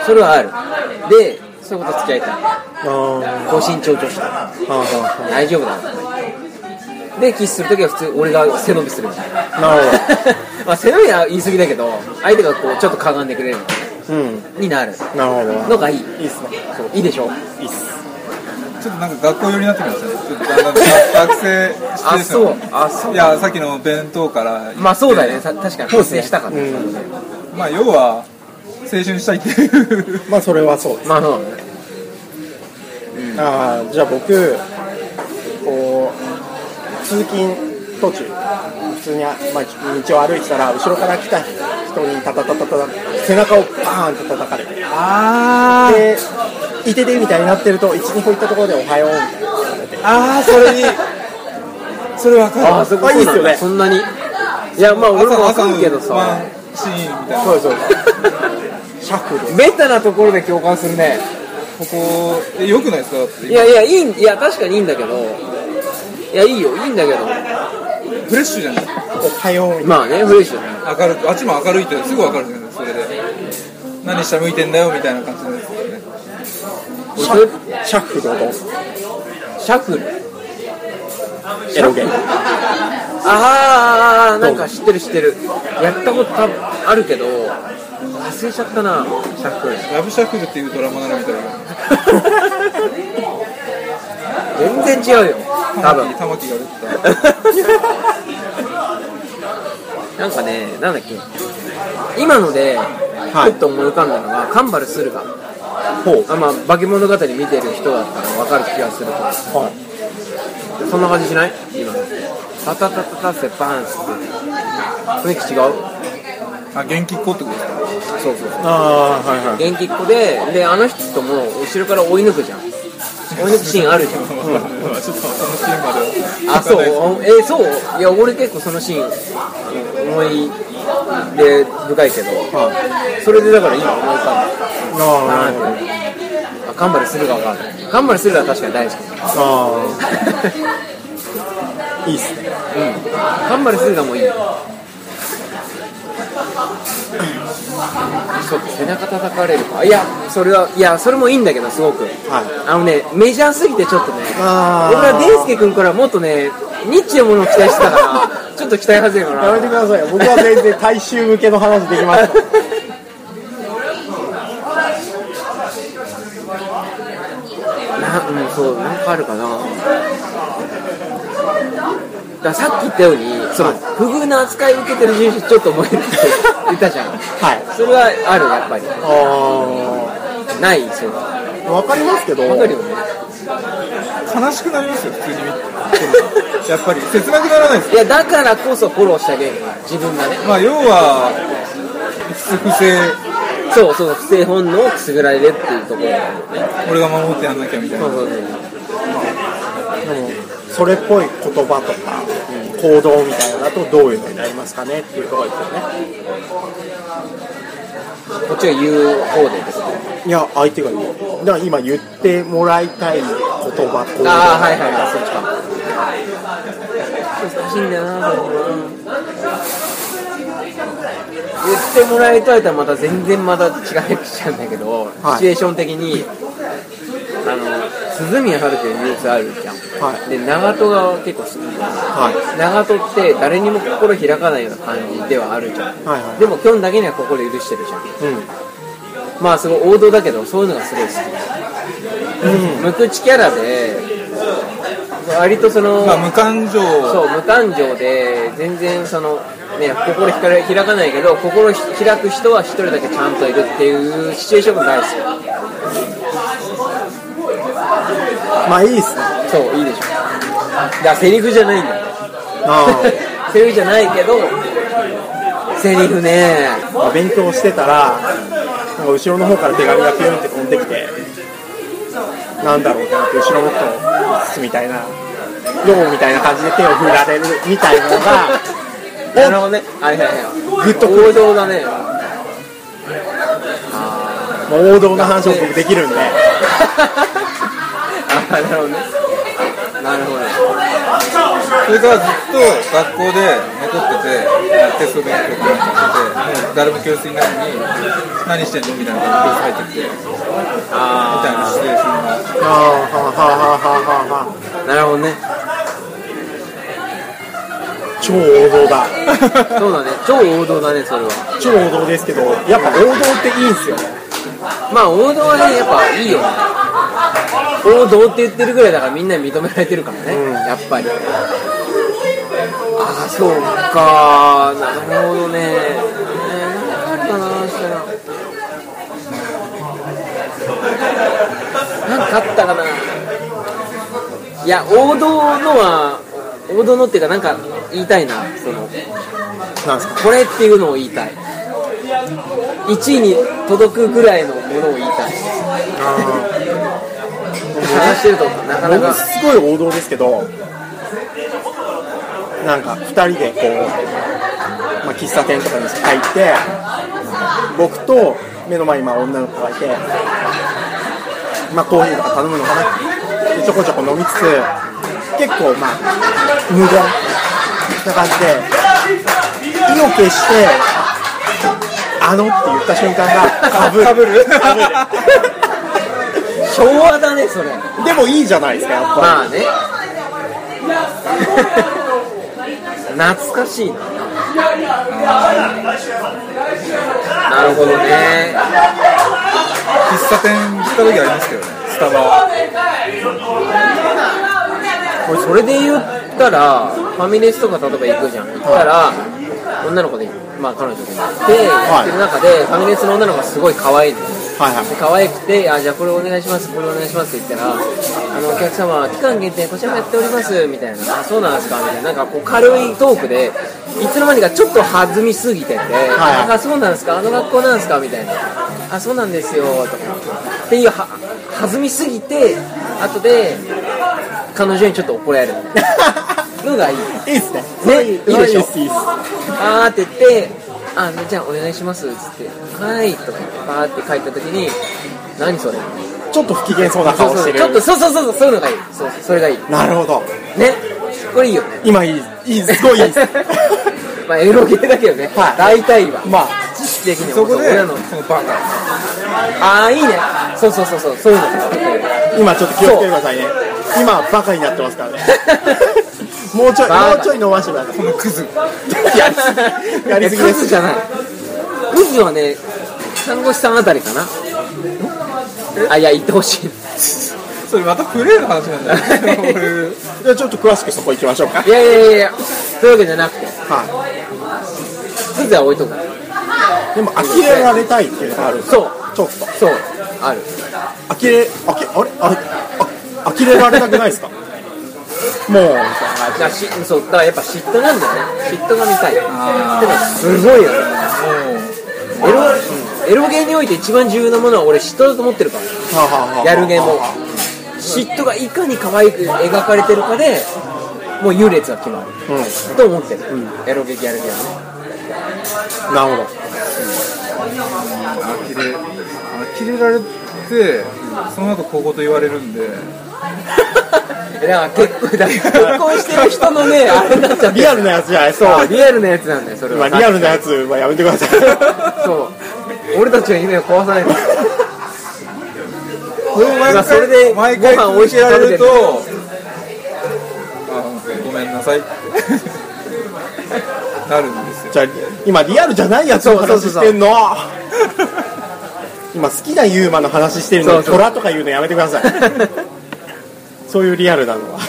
Speaker 2: それはあるでそういうこと付き合いたい
Speaker 3: ーあ
Speaker 2: 高身長女子だ
Speaker 3: ーあ
Speaker 2: 大丈夫だでキスするときは普通俺が背伸びするみたいな
Speaker 3: ーなる
Speaker 2: まあ背伸びは言い過ぎだけど相手がこうちょっとかがんでくれるみたい
Speaker 3: ほどうん
Speaker 2: なになる
Speaker 3: なるほ
Speaker 2: の
Speaker 3: ど
Speaker 2: がいい
Speaker 3: いいっすね
Speaker 2: そういいでしょ
Speaker 3: いいっす
Speaker 4: ちょっとなんか学校寄りになってきましたね。ちょっとだんだん学生してですよね。
Speaker 2: あそうあそう
Speaker 4: いや、さっきの弁当から。
Speaker 2: まあそうだよねさ確かに発生したから、ね
Speaker 3: うん
Speaker 4: まあ要は、青春したいっていう。
Speaker 3: まあそれはそうです
Speaker 2: まあそうだね
Speaker 3: ああじゃあ僕こう通勤途中普通に、まあ、道を歩いてたら後ろから来た人にタタタタタ背中をバーンと叩かれて
Speaker 4: あ
Speaker 3: で「いてて」みたいになってると12歩行ったところで「おはよう」みたいな
Speaker 4: ああそれにそれわかる
Speaker 2: ああそこ
Speaker 3: あいい
Speaker 2: そ
Speaker 3: っ
Speaker 2: う
Speaker 3: すよ
Speaker 2: なん
Speaker 3: ね
Speaker 2: だそんなにいやまあ俺もわ
Speaker 4: 朝
Speaker 2: か
Speaker 4: の
Speaker 2: るけど
Speaker 4: ワン
Speaker 2: さ
Speaker 4: シーンみたいな
Speaker 3: そうですそうですシャッフル
Speaker 2: ベタなところで共感するね
Speaker 4: ここえよくないですかだって
Speaker 2: いやいやいいいや確かにいいんだけどいやいいよいいんだけど
Speaker 4: フレッシュじゃないですか
Speaker 3: 「おはよう」みたいな
Speaker 2: まあねフレッシュね
Speaker 4: 明るくあっちも明るいってすぐわかるじゃないですかそれで何下向いてんだよみたいな感じのやつですよね
Speaker 2: 俺それ
Speaker 3: シャッフルを通す
Speaker 2: シャクル
Speaker 3: エロゲ
Speaker 2: あーあーあーなんか知ってる知ってるやったこと多分あるけど忘れちゃったなシャクル
Speaker 4: ラブシャッフルっていうドラマなのみたいな
Speaker 2: 全然違うよ多分
Speaker 4: 玉木が出てた
Speaker 2: なんかねなんだっけ今ので
Speaker 3: い
Speaker 2: ふっと思い浮かんだのが、カンバルスルガ
Speaker 3: ほう
Speaker 2: あ、まあ、化け物語見てる人だったら分かる気がするけ
Speaker 3: はい
Speaker 2: どそんな感じしない今のタタタタタセパンスって雰囲気違う
Speaker 4: あ元気っ子ってことですか
Speaker 2: そうそう
Speaker 3: ああはいはい
Speaker 2: 元気っ子でであの人も後ろから追い抜くじゃん追い抜くシーンあるじゃん
Speaker 4: ちょっとそのシーンまでは
Speaker 2: あ、そうえーそういや、俺結構そのシーン、思い出深いけど、それでだから今思い浮かんだ。
Speaker 3: あ
Speaker 2: あーってあ、カンバルするが分かる。カンバルするが確かに大好き。
Speaker 3: あああいいっすね
Speaker 2: カンバルするがも ういい。ちょっと背中叩かれるか。いや、それは、いや、それもいいんだけど、すごく。
Speaker 3: はい
Speaker 2: あのね、メジャーすぎてちょっとね、
Speaker 3: あー
Speaker 2: 俺はデイスケ君からもっとね、ニッチなものを期待して たから、ちょっと期待外れかな。
Speaker 3: やめてくださいよ僕は全然大衆向けの話できます
Speaker 2: なうんそうなんかあるかなだからさっき言ったようにその不遇な扱い受けてる人種ちょっと思えるって言ったじゃん
Speaker 3: は い
Speaker 2: それはあるやっぱり
Speaker 3: あ
Speaker 2: ないそういうの
Speaker 3: あわかりますけど
Speaker 2: わかるよね
Speaker 4: 悲しくなりますよ普通に見てやっぱり切なくならないです
Speaker 2: いやだからこそフォローしてあげる自分がね
Speaker 4: まあ要は不正
Speaker 2: そうそう不正本能をくすぐられるっていうところ
Speaker 4: 俺が守ってやんなきゃみたい
Speaker 2: そ
Speaker 4: な
Speaker 2: うそうそう
Speaker 3: それっぽい言葉とか、行動みたいなのだとどういうのになりますかねっていうところですよね
Speaker 2: こっちが言う方でですね
Speaker 3: いや相手が言うだから今言ってもらいたい言葉行動
Speaker 2: ああはいはいはいそっちか難しいんだよなこれな言ってもらいといたらまた全然また違いくちゃうんだけど、
Speaker 3: はい
Speaker 2: シチュエーション的にあの鈴宮春というニュースあるじゃん、
Speaker 3: はい
Speaker 2: で長門が結構好き
Speaker 3: は
Speaker 2: 長門って誰にも心開かないような感じではあるじゃん、
Speaker 3: はいはい
Speaker 2: でも今日だけには心許してるじゃん
Speaker 3: いうん
Speaker 2: まあすごい王道だけどそういうのがすごい好き無口キャラで割とその、
Speaker 4: まあ無感情
Speaker 2: そう無感情で全然そのね心ひかれ開かないけど心ひ開く人は一人だけちゃんといるっていうシチュエーションが大好
Speaker 3: まあいいっすね
Speaker 2: きそういいでしょだからセリフじゃないんだよ
Speaker 3: あー
Speaker 2: セリフじゃないけどセリフね
Speaker 3: まあ勉強してたらなんか後ろの方から手紙がピュンって飛んできてなんだろうと思って後ろの方に進みたいなどうみたいな感じで手を振られるみたいなのが
Speaker 2: なるほどねはいはいはい
Speaker 3: グッとくる
Speaker 2: 王道だね
Speaker 3: もう王道な話を僕できるんで
Speaker 2: あなるほどねなるほどね
Speaker 4: それからずっと学校で残っててテスト勉強とかやっててもう誰も教室いないのに何してんのみたいな感じで教室入ってきてみたいなシチュエーシ
Speaker 3: あ
Speaker 4: ョンが
Speaker 3: あはあはあはあはあはあ
Speaker 2: なるほどね
Speaker 3: 超王道だ
Speaker 2: そうだね超王道だねそれは
Speaker 3: 超王道ですけどやっぱ王道っていいんすよ
Speaker 2: まあ王道はねやっぱいいよね王道って言ってるぐらいだからみんなに認められてるからね、
Speaker 3: うん
Speaker 2: やっぱりああそうかなるほどねえーなんかあるかなしたらなんかあったかないや王道のは王道のっていうかなんか言いたいなその
Speaker 3: なんですか
Speaker 2: これっていうのを言いたい1位に届くぐらいのものを言いたい話してるとなかな
Speaker 3: 僕
Speaker 2: か
Speaker 3: すごい王道ですけどなんか2人でこう、まあ、喫茶店とかに入って僕と目の前にまあ女の子がいて、まあ、コーヒーとか頼むのかなでちょこちょこ飲みつつ結構まあ無言な感じで意を決して「あの」って言った瞬間がかぶる
Speaker 4: かぶる
Speaker 3: かぶる
Speaker 2: 昭和だねそれ
Speaker 3: でもいいじゃないですかやっぱり、
Speaker 2: まあね懐かしいななるほどね
Speaker 4: 喫茶店行った時ありますけどねスタバ
Speaker 2: これそれで言ったらファミレスとか例えば行くじゃん行ったら女の子でまあ彼女で行って行ってる中でファミレスの女の子がすごい可愛いのよ
Speaker 3: はいはい
Speaker 2: 可愛くて、あ、じゃあこれお願いします、これお願いしますって言ったら、あの、お客様、期間限定こちらもやっております、みたいな、あ、そうなんですか、みたいな、なんかこう軽いトークで、いつの間にかちょっと弾みすぎてて、
Speaker 3: い
Speaker 2: あ、そうなんですか、あの学校なんですか、みたいな、あ、そうなんですよ、とか、っていうは、弾みすぎて、後で、彼女にちょっと怒られるのがいい。
Speaker 3: いいっすね。ね、いいでしょ。いいっす。
Speaker 2: あーって言って、あの、じゃあお願いします、つって、はい、とか言って、バーって帰った時に、何それ
Speaker 3: ちょっと不機嫌そうな
Speaker 2: そう
Speaker 3: 顔
Speaker 2: そ
Speaker 3: して
Speaker 2: う
Speaker 3: る。
Speaker 2: ちょっとそうそうそうそうそういうのがいいそうそれがいいね
Speaker 3: なるほど。
Speaker 2: これいいよね
Speaker 3: 今いい、いい、すごいいいっす。
Speaker 2: まあエロゲーだけどね、
Speaker 3: はい
Speaker 2: 大体は
Speaker 3: まあ、
Speaker 2: 知識的に
Speaker 4: そ
Speaker 2: も
Speaker 4: こ
Speaker 2: そう
Speaker 4: で
Speaker 2: 親
Speaker 4: そ
Speaker 2: の
Speaker 4: のバカ
Speaker 2: ああいいねそうそうそうそうそういうの
Speaker 3: 今ちょっと気をつけてくださいね。今、バカになってますからね。もうちょい、
Speaker 2: バカ
Speaker 3: もうちょい伸ばしてくださ
Speaker 4: このクズ
Speaker 3: い。やりすぎ、やりすぎで
Speaker 2: いやクズ
Speaker 3: す
Speaker 2: じ。ゃないクズはね看護師さんあたりかなあいや言ってほしい
Speaker 4: それまたプレーの話なんだ よ俺
Speaker 3: じゃあちょっと詳しくそこ行きましょうか。
Speaker 2: いやいやいやいやそういうわけじゃなくて
Speaker 3: は
Speaker 2: クズは置いとく
Speaker 3: い。でも、呆れられたいっていうのがあるんですよ。
Speaker 2: そう
Speaker 3: ちょっと。
Speaker 2: そうある
Speaker 3: 呆れ、あけ、あれあれあ、呆れられたくないですかもう、
Speaker 2: あじゃあしそうだからやっぱ嫉妬なんだよね嫉妬が見たい
Speaker 4: あ
Speaker 2: でもすごいよね
Speaker 4: もう
Speaker 2: エロ,、エロゲーにおいて一番重要なものは俺嫉妬だと思ってるから
Speaker 3: はあはあはあ
Speaker 2: やるゲーも嫉妬がいかに可愛く描かれてるかでもう優劣が決まる
Speaker 3: うん。
Speaker 2: と思ってる、エロゲーやるゲーはね
Speaker 3: なるほど。
Speaker 4: 呆れ呆れられてその後小言言われるんで
Speaker 2: えだから 結構だ結婚してる人のねあれになっちゃって
Speaker 3: リアルなやつじゃない、そう。
Speaker 2: リアルなやつなんだよそれ
Speaker 3: まあ、
Speaker 2: は
Speaker 3: リアルなやつはやめてください。
Speaker 2: そう俺たちは夢を壊さないで
Speaker 4: 毎
Speaker 2: それで
Speaker 4: 毎回
Speaker 2: ご飯美味しく
Speaker 4: ら
Speaker 2: 食べてる
Speaker 4: れるとあごめんなさいって なるんですよ
Speaker 3: じゃあ、今リアルじゃないやつの話してんの今好きなユーマの話してるのに
Speaker 2: そうそう
Speaker 3: 虎とか言うのやめてくださ いそういうリアルなのは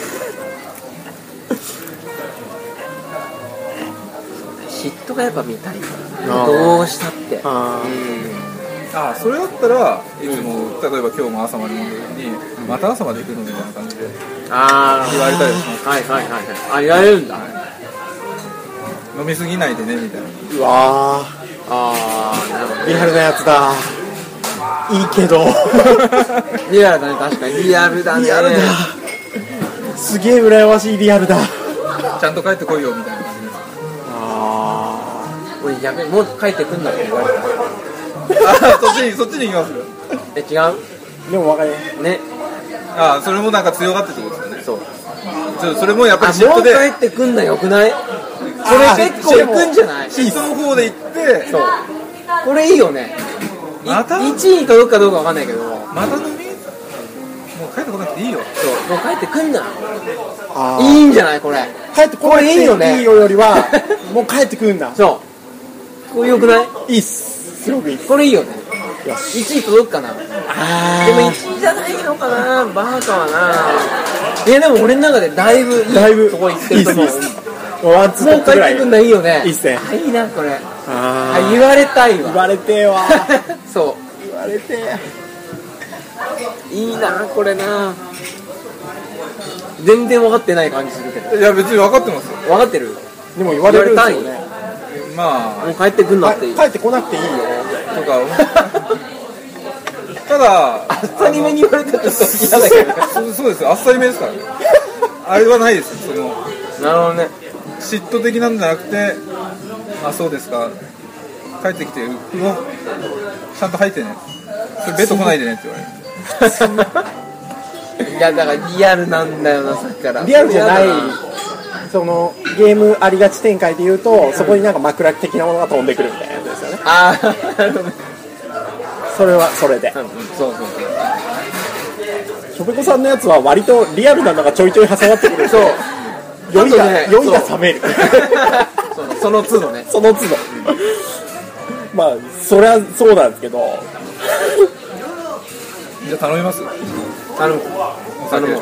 Speaker 2: 嫉妬がやっぱ見たい
Speaker 3: あー
Speaker 2: どうしたって
Speaker 3: あ
Speaker 4: ああそれだったらいつも例えば今日も朝まで飲んだ時にまた朝まで行くのみたいな感じで
Speaker 2: あ
Speaker 4: 言われたりし
Speaker 2: あ
Speaker 4: ま
Speaker 2: はいはいはいはいあ言われるんだ
Speaker 4: す飲みすぎないでねみたいな
Speaker 3: ーうわ
Speaker 2: ああなるほど
Speaker 3: ーリアルなやつだ いいけど
Speaker 2: リアルだね、確かに。リアルだね。
Speaker 3: リアルだすげえ羨ましいリアルだ
Speaker 4: ちゃんと帰ってこいよみたいな感じで
Speaker 3: あ
Speaker 2: 俺逆にもう帰ってくんなって言われた。
Speaker 4: ああそっちにそっちに行きます
Speaker 2: え、違
Speaker 3: ーでも分かり
Speaker 2: うね。
Speaker 4: ああそれもなんか強がってってことです
Speaker 2: そ
Speaker 4: よね
Speaker 2: う。
Speaker 4: ちょっとそれもやっ
Speaker 2: あ、
Speaker 4: ぱり嫉
Speaker 2: も
Speaker 4: 妬
Speaker 2: う帰
Speaker 4: で
Speaker 2: ってくんなよくない
Speaker 3: あ
Speaker 2: それ結構いくんじゃない
Speaker 4: 嫉妬の方で行って
Speaker 2: そう。これいいよね。
Speaker 4: また
Speaker 2: 1位に届くかどうかわかんないけど、そう。もう
Speaker 4: また飲みもう帰ってこなくていいよ
Speaker 2: 帰ってくんな。
Speaker 3: あ
Speaker 2: い
Speaker 3: ー
Speaker 2: いんじゃないこれ。
Speaker 3: 帰ってこなくて
Speaker 2: これいいよね
Speaker 3: いいよより はもう帰ってくんだ
Speaker 2: そう。これ良くない
Speaker 3: いいっすすごくいいっす
Speaker 2: これいいよね。
Speaker 3: よし
Speaker 2: 1位届くかなで
Speaker 3: あ
Speaker 2: も1位じゃないのかなバーカはな。いやでも俺の中でだいぶいい
Speaker 3: だいぶ
Speaker 2: とこ行ってると思
Speaker 3: いいっすいいっすワンツー
Speaker 2: も
Speaker 3: トップぐ
Speaker 2: う帰っ
Speaker 3: ら
Speaker 2: て
Speaker 3: い
Speaker 2: くんないいよね。
Speaker 3: いいっすね
Speaker 2: あ、いいな、これ。
Speaker 3: あー
Speaker 2: あ、言われたい
Speaker 3: 言
Speaker 2: わ。
Speaker 3: われてえわ
Speaker 2: そ
Speaker 3: 言われてえ
Speaker 2: う。いいな、これな。全然分かってない感じするけど。
Speaker 4: いや別に分かってますよ
Speaker 2: 分かってる
Speaker 3: でも言われるんですよね
Speaker 4: まあ
Speaker 2: もう帰ってくんなって
Speaker 3: 帰ってこなくていいよ
Speaker 4: とか ただ
Speaker 2: あっさりめに言われたらちょっと嫌だけど
Speaker 4: そうそうですよあっさりめですからねあれはないですその
Speaker 2: なるほどね
Speaker 4: 嫉妬的なんじゃなくてあそうですか帰ってきてうわちゃんと入ってねそれベッド来ないでねって言われる
Speaker 2: いやだからリアルなんだよなさっきから
Speaker 3: リアルじゃない
Speaker 2: 嫌だな
Speaker 3: そのゲームありがち展開で言うとそこになんか枕的なものが飛んでくるみたいなやつですよね
Speaker 2: ああなるほどね
Speaker 3: それはそれで
Speaker 2: うんうん そうそうそ
Speaker 3: しょべこさんのやつは割とリアルなのがちょいちょい挟まってくる
Speaker 2: うそう
Speaker 3: 酔い
Speaker 2: あとね
Speaker 3: が酔いが
Speaker 2: そ
Speaker 3: 冷
Speaker 2: う
Speaker 3: める
Speaker 2: そうその都度ね
Speaker 3: その都度まあそりゃそうなんですけど
Speaker 4: じゃあ頼みます
Speaker 2: 頼む
Speaker 4: お
Speaker 2: 頼
Speaker 4: 酒
Speaker 2: む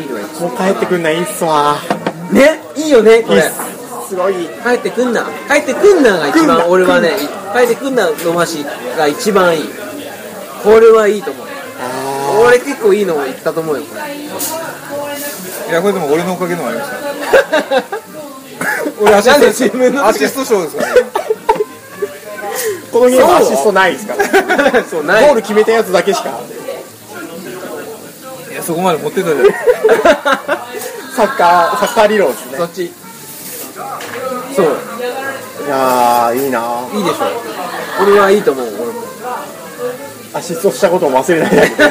Speaker 2: いいのよ
Speaker 3: もう帰ってくんないいっすわ
Speaker 2: ねいいよね
Speaker 3: い
Speaker 2: こ
Speaker 3: いっ
Speaker 2: れ
Speaker 3: すすごい
Speaker 2: 帰ってくんな帰ってくんなが一番俺はね帰ってくんなのましが一番いいこれはいいと思う
Speaker 3: あ
Speaker 2: 俺結構いいの言ったと思うよこ れ
Speaker 4: いやこれでも俺のおかげのもありました 俺アシ
Speaker 2: なんで
Speaker 4: ス
Speaker 2: 自
Speaker 4: ト
Speaker 2: 分の
Speaker 4: アシスト賞ですからね
Speaker 3: ーこのゲームアシストないですから
Speaker 2: そうない
Speaker 3: ゴール決めたやつだけしか
Speaker 4: いやそこまで持ってたじゃない
Speaker 3: サッカーサッカー理論ですね
Speaker 2: そっちそう
Speaker 3: いやーいいない
Speaker 2: いでしょ俺はいいと思う俺も
Speaker 3: アシストしたことも忘れないだけで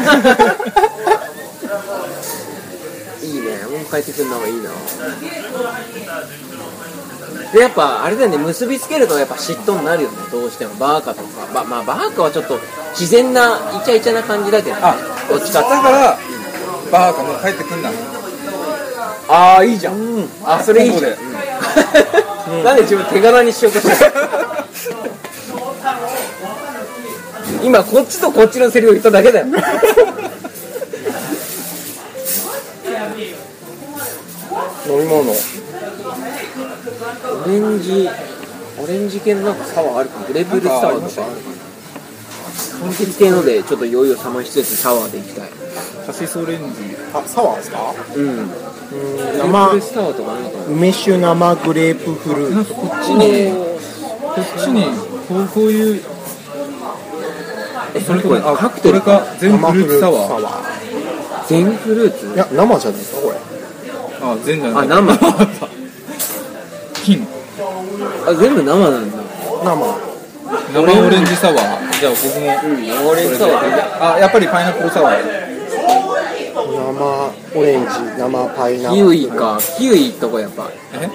Speaker 2: いいねもう帰ってくるのがいいなでやっぱあれだよね結びつけるとやっぱ嫉妬になるよねどうしてもバーカとかばまあバーカはちょっと自然なイチャイチャな感じだけど、ね、
Speaker 4: あ
Speaker 2: どっちか
Speaker 4: だからバーカもう帰ってくんな
Speaker 2: ああいいじゃん、あそれいいじゃん、 なんで自分手柄にしようとしてる今こっちとこっちのセリフを言っただけだよ
Speaker 3: 飲み物
Speaker 2: オレンジオレンジ系のなんかサワーあるかもグレープフルーツサワーとか柑橘系のでちょっと酔いを冷ましつつサワーでいきたい
Speaker 4: カシスオレンジ
Speaker 3: あサワーですか
Speaker 2: うん
Speaker 3: 生
Speaker 2: グレープフルーツサワーとかないかな
Speaker 3: 梅酒生グレープフル
Speaker 4: なん
Speaker 3: ー
Speaker 4: かこっちにこっちにこうこういう
Speaker 2: えそ
Speaker 4: そ
Speaker 2: れ
Speaker 4: れ
Speaker 2: これ
Speaker 4: あ
Speaker 2: カクテル
Speaker 4: これか全フルーツサワー
Speaker 3: 生フルーツ
Speaker 2: 全フ
Speaker 3: サワー
Speaker 2: ルーツ
Speaker 3: いや生じゃないですかこれ
Speaker 4: あ全じゃない
Speaker 2: あ生
Speaker 4: 金
Speaker 2: あ全部生なんだ
Speaker 3: 生
Speaker 4: 生オレンジサワーじゃあ僕も
Speaker 2: うんオレンジサワー
Speaker 4: あやっぱりパイナップルサワー
Speaker 3: 生オレンジ生パイナ
Speaker 2: キ
Speaker 3: ップ
Speaker 2: ウ
Speaker 3: ル
Speaker 2: イかキウイとこやっぱ
Speaker 4: え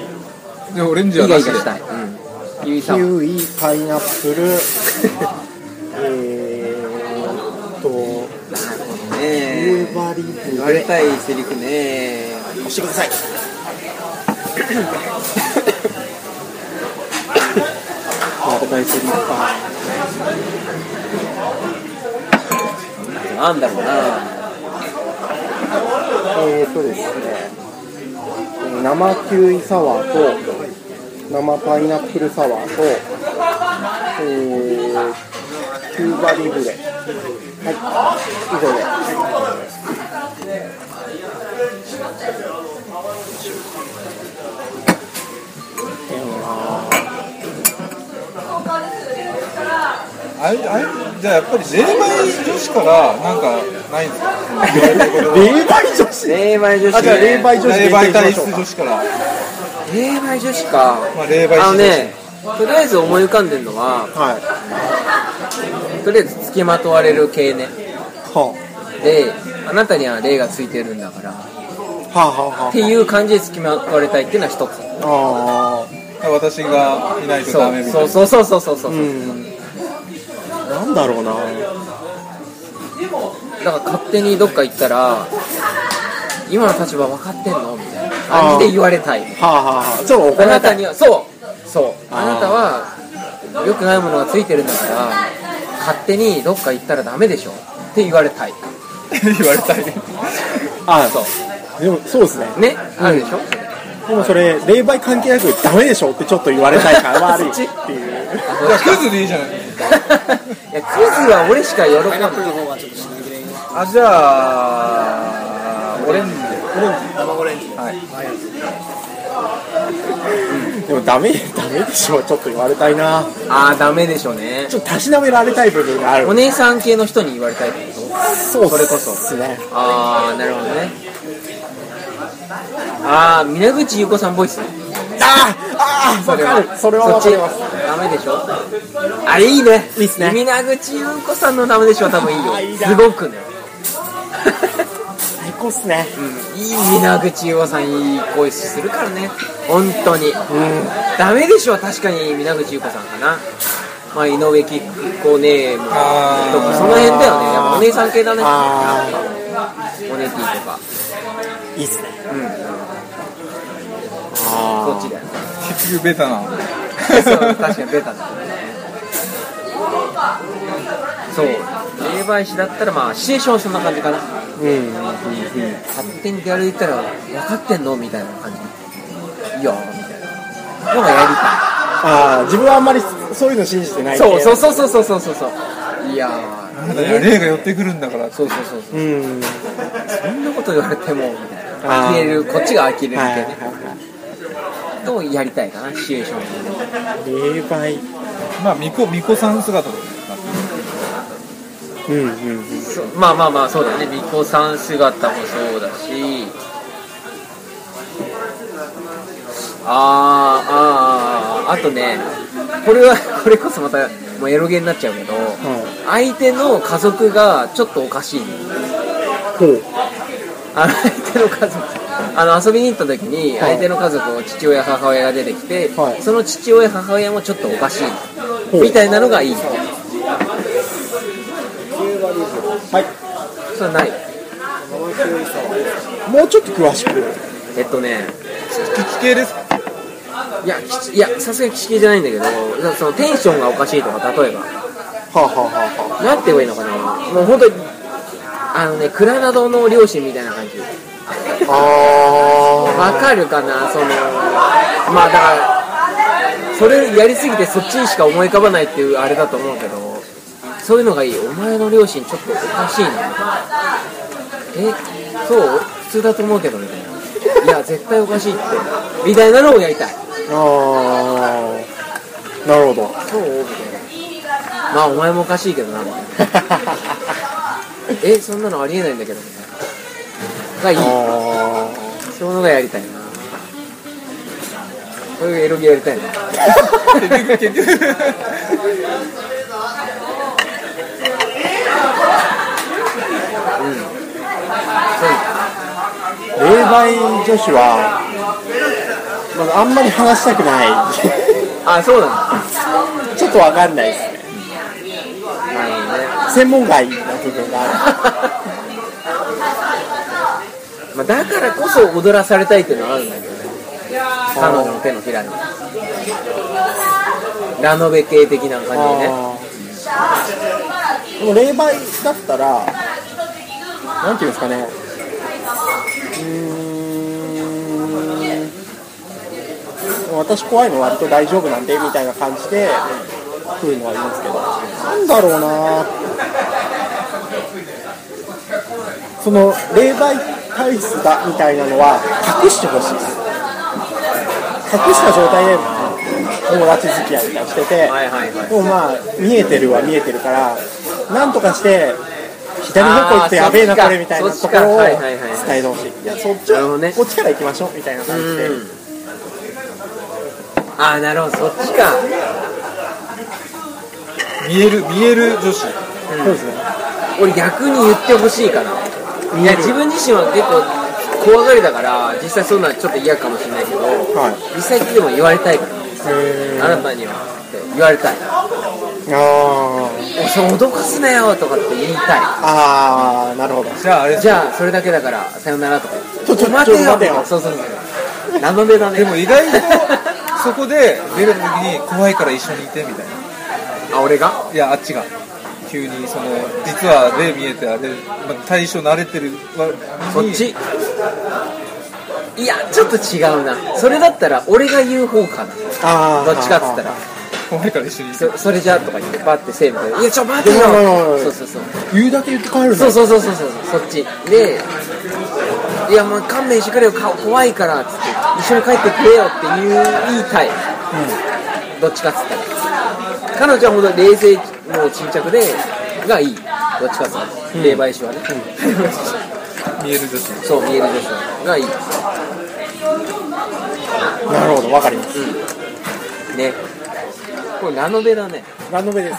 Speaker 4: でオレン
Speaker 2: イ
Speaker 4: ジ
Speaker 2: ガ
Speaker 4: は
Speaker 2: イガ
Speaker 4: なしで
Speaker 2: したい、うん、キウイサワ
Speaker 3: キ
Speaker 2: ー
Speaker 3: ウイパイナップル えーっと
Speaker 2: なるほど
Speaker 3: ブル
Speaker 2: ね
Speaker 3: ーバリー
Speaker 2: 言われたいセリフね
Speaker 3: 押してくださいまた大セリフか
Speaker 2: なんだろうな
Speaker 3: えーっとですね生キウイサワーと生パイナップルサワーとえーキューバリブレはい以上で
Speaker 4: あれあれじゃあやっぱり霊媒女子からなんかないんですか
Speaker 3: 霊媒女子
Speaker 2: 霊媒女子、ね、
Speaker 3: あじゃあ霊媒女子
Speaker 4: 霊媒体質女子から、
Speaker 2: 霊媒女子か
Speaker 4: まあ、霊媒
Speaker 2: あの
Speaker 4: 師女子
Speaker 2: ねとりあえず思い浮かんでるのは
Speaker 3: はい
Speaker 2: とりあえず付きまとわれる系ね
Speaker 3: は
Speaker 2: であなたには霊がついてるんだからっ
Speaker 3: あ、はあはあは
Speaker 2: ていう感じで付きまとわれたいっていうのは一つ
Speaker 3: ああ
Speaker 4: 私がいないとダメみたいな
Speaker 2: そうそうそうそうそうそう、
Speaker 3: うんなんだろうな
Speaker 2: だから勝手にどっか行ったら今の立場分かってんのみたいな感じで言われたい
Speaker 3: はあはあはあちょっと怒
Speaker 2: あ
Speaker 3: られ
Speaker 2: な
Speaker 3: た
Speaker 2: た
Speaker 3: い
Speaker 2: にはそうそう
Speaker 3: あー
Speaker 2: あなたは良くないものがついてるんだから勝手にどっか行ったらダメでしょって言われたい
Speaker 4: 言われたい
Speaker 3: あ
Speaker 2: そ
Speaker 3: でもそうですね
Speaker 2: うねあるでしょ、
Speaker 3: でもそれ霊媒関係なくダメでしょってちょっと言われたいから悪いっていう
Speaker 4: じゃあクズでいいじゃない
Speaker 2: いやクズは俺しか喜ばない
Speaker 4: あじゃあオレンジ
Speaker 3: レンジ
Speaker 1: 生オレンジ
Speaker 4: はい
Speaker 3: でもダメダメでしょちょっと言われたいな
Speaker 2: ああダメでしょうね
Speaker 3: ちょっとたしなめられたい部分がある
Speaker 2: お姉さん系の人に言われたいってこと
Speaker 3: そうっ
Speaker 2: それこそ
Speaker 3: すね
Speaker 2: ああなるほどねああ皆口優子さんボイス
Speaker 3: ああああわかるそれはわかります
Speaker 2: そっちダメでしょあれいいね
Speaker 3: いいっすね
Speaker 2: 皆口優子さんのダメでしょは多分いいよ
Speaker 3: あーいいな
Speaker 2: すごくね
Speaker 3: 最高っすね
Speaker 2: うんいい皆口優子さんいい声するからね本当に、ダメでしょは確かに皆口優子さんかなまあ井上貴子ねもと
Speaker 4: あー
Speaker 2: かその辺だよねやっぱお姉さん系だね
Speaker 3: あ
Speaker 2: おねきとか
Speaker 3: いいっすね
Speaker 2: そっちだよね
Speaker 4: 結局ベタな
Speaker 2: そう確かにベタだそう霊媒師だったらまあシチュエーションはそんな感じかな
Speaker 3: うん
Speaker 2: 勝手にギャル行ったら分かってんのみたいな感じいいよみたいなのがやりた
Speaker 3: ああ自分はあんまりそういうの信じてないい
Speaker 2: そうそう
Speaker 3: う
Speaker 2: そうそうそうそうそうそういやー
Speaker 4: なんだよ霊が寄ってくるんだから
Speaker 2: そうそうそうそう
Speaker 3: うん
Speaker 2: そんなこと言われてもみたいな
Speaker 3: あー
Speaker 2: 呆れるこっちが呆れるみ
Speaker 3: はい
Speaker 2: た
Speaker 3: はい
Speaker 2: いなとやりたいかなシチュエーションで
Speaker 3: はい霊媒
Speaker 4: まあ巫女巫女さん姿とか
Speaker 3: うんうんうん
Speaker 2: そうまあまあまあそうだよね巫女さん姿もそうだしあーあーあーあとねこれは これこそまたもうエロゲになっちゃうけど、相手の家族がちょっとおかしいの
Speaker 3: ほう
Speaker 2: あの相手の家族あの遊びに行った時に
Speaker 3: はい
Speaker 2: 相手の家族を父親母親が出てきて、
Speaker 3: はい
Speaker 2: その父親母親もちょっとおかしい
Speaker 3: ほう
Speaker 2: みたいなのがいい
Speaker 3: はい
Speaker 2: それない
Speaker 3: もうちょっと詳しく
Speaker 2: えっとね
Speaker 4: 吉系ですか
Speaker 2: いや、きちいや、さすがに吉系じゃないんだけど、なんかそのテンションがおかしいとか、例えば、
Speaker 3: はあはあはあは
Speaker 2: なんて言えばいいのかな、もう本当に、あのね、クラナドの両親みたいな感じ。
Speaker 3: あ
Speaker 2: わかるかな、その、まあだから、それやりすぎてそっちにしか思い浮かばないっていうあれだと思うけど、そういうのがいい、お前の両親ちょっとおかしいな、え、そう、普通だと思うけどみたいな、いや、絶対おかしいって、みたいなのをやりたい。
Speaker 3: ああなるほど
Speaker 2: そうみたいな。まあお前もおかしいけどな、みたいな。え、そんなのありえないんだけど、みたいな。がいい。
Speaker 3: あ
Speaker 2: そういうのがやりたいな。そういうエロゲやりたいな。
Speaker 4: 結局
Speaker 3: ー霊媒女子は、まあ、あんまり話したくない
Speaker 2: あ、そうなんだ。
Speaker 3: ちょっとわかんないですね
Speaker 2: なるほどね。
Speaker 3: 専門外な部分があ
Speaker 2: まあだからこそ踊らされたいっていうのはあるんだけどね。彼女の手のひらに。ラノベ系的な感じ
Speaker 3: る
Speaker 2: でね。
Speaker 3: でも霊媒だったらなんていうんですかねうーん私怖いの割と大丈夫なんでみたいな感じで来るのはいいんですけどなんだろうなその霊媒体質だみたいなのは隠してほしいです隠した状態で友達付き合いみたいにしてて、
Speaker 2: はいはいはい
Speaker 3: でもまあ見えてるは見えてるからなんとかして左方向行ってやべえな
Speaker 2: あー
Speaker 3: これみたいな
Speaker 2: そ
Speaker 3: と
Speaker 2: っち
Speaker 3: こ
Speaker 2: か
Speaker 3: ろを
Speaker 2: は
Speaker 3: 伝
Speaker 2: いはいはいはい
Speaker 3: えてほしいいやそっち
Speaker 2: なるほどね
Speaker 3: こっちから行きましょうみたいな感じで
Speaker 2: うん。あー、なるほど、そっちか。
Speaker 4: 見える見える女子
Speaker 3: そうですね
Speaker 2: 俺逆に言ってほしいかないや自分自身は結構怖がりだから実際そんなのちょっと嫌かもしれないけど
Speaker 3: はい
Speaker 2: 実際でも言われたいから
Speaker 3: へ
Speaker 2: あなたにはって言われたい「
Speaker 3: ーあ
Speaker 2: おそう脅かすなよ」とかって言いた
Speaker 3: ーあーなるほど
Speaker 4: じゃああれ
Speaker 2: いじゃあそれだけだからさよならとか言
Speaker 3: ちょちょ
Speaker 2: お待て
Speaker 3: ちょ
Speaker 2: よ
Speaker 3: 待てよ
Speaker 2: そうそうそうラノベだね
Speaker 4: でも意外とそこで出る時に怖いから一緒にいてみたいな
Speaker 2: あ俺が
Speaker 4: いやあっちが急にその実は霊見えてあれ、まあ、対象慣れてる割に
Speaker 2: そっちいやちょっと違うなそれだったら俺が言う方かな
Speaker 3: あ
Speaker 2: どっちかっつったら
Speaker 4: 怖いから一緒にいて
Speaker 2: そそれじゃあとか言ってバッてせーのいやちょ待てよ
Speaker 3: いやいやいやいや
Speaker 2: そうそうそう
Speaker 3: 言うだけ言って帰る
Speaker 2: そう
Speaker 3: の
Speaker 2: そうそうそうそうそっちでいや、もう勘弁してくれよ、顔怖いからっつって、一緒に帰ってくれよっていう言いたい、どっちかっつったら、彼女は本当に冷静、もう沈着で、がいい、どっちかっつったら、霊媒師はね、
Speaker 4: 見える女子
Speaker 2: そう、見える女子はがいい、
Speaker 3: なるほどわかります
Speaker 2: ね、これ、ラノベだね。
Speaker 3: ラノベです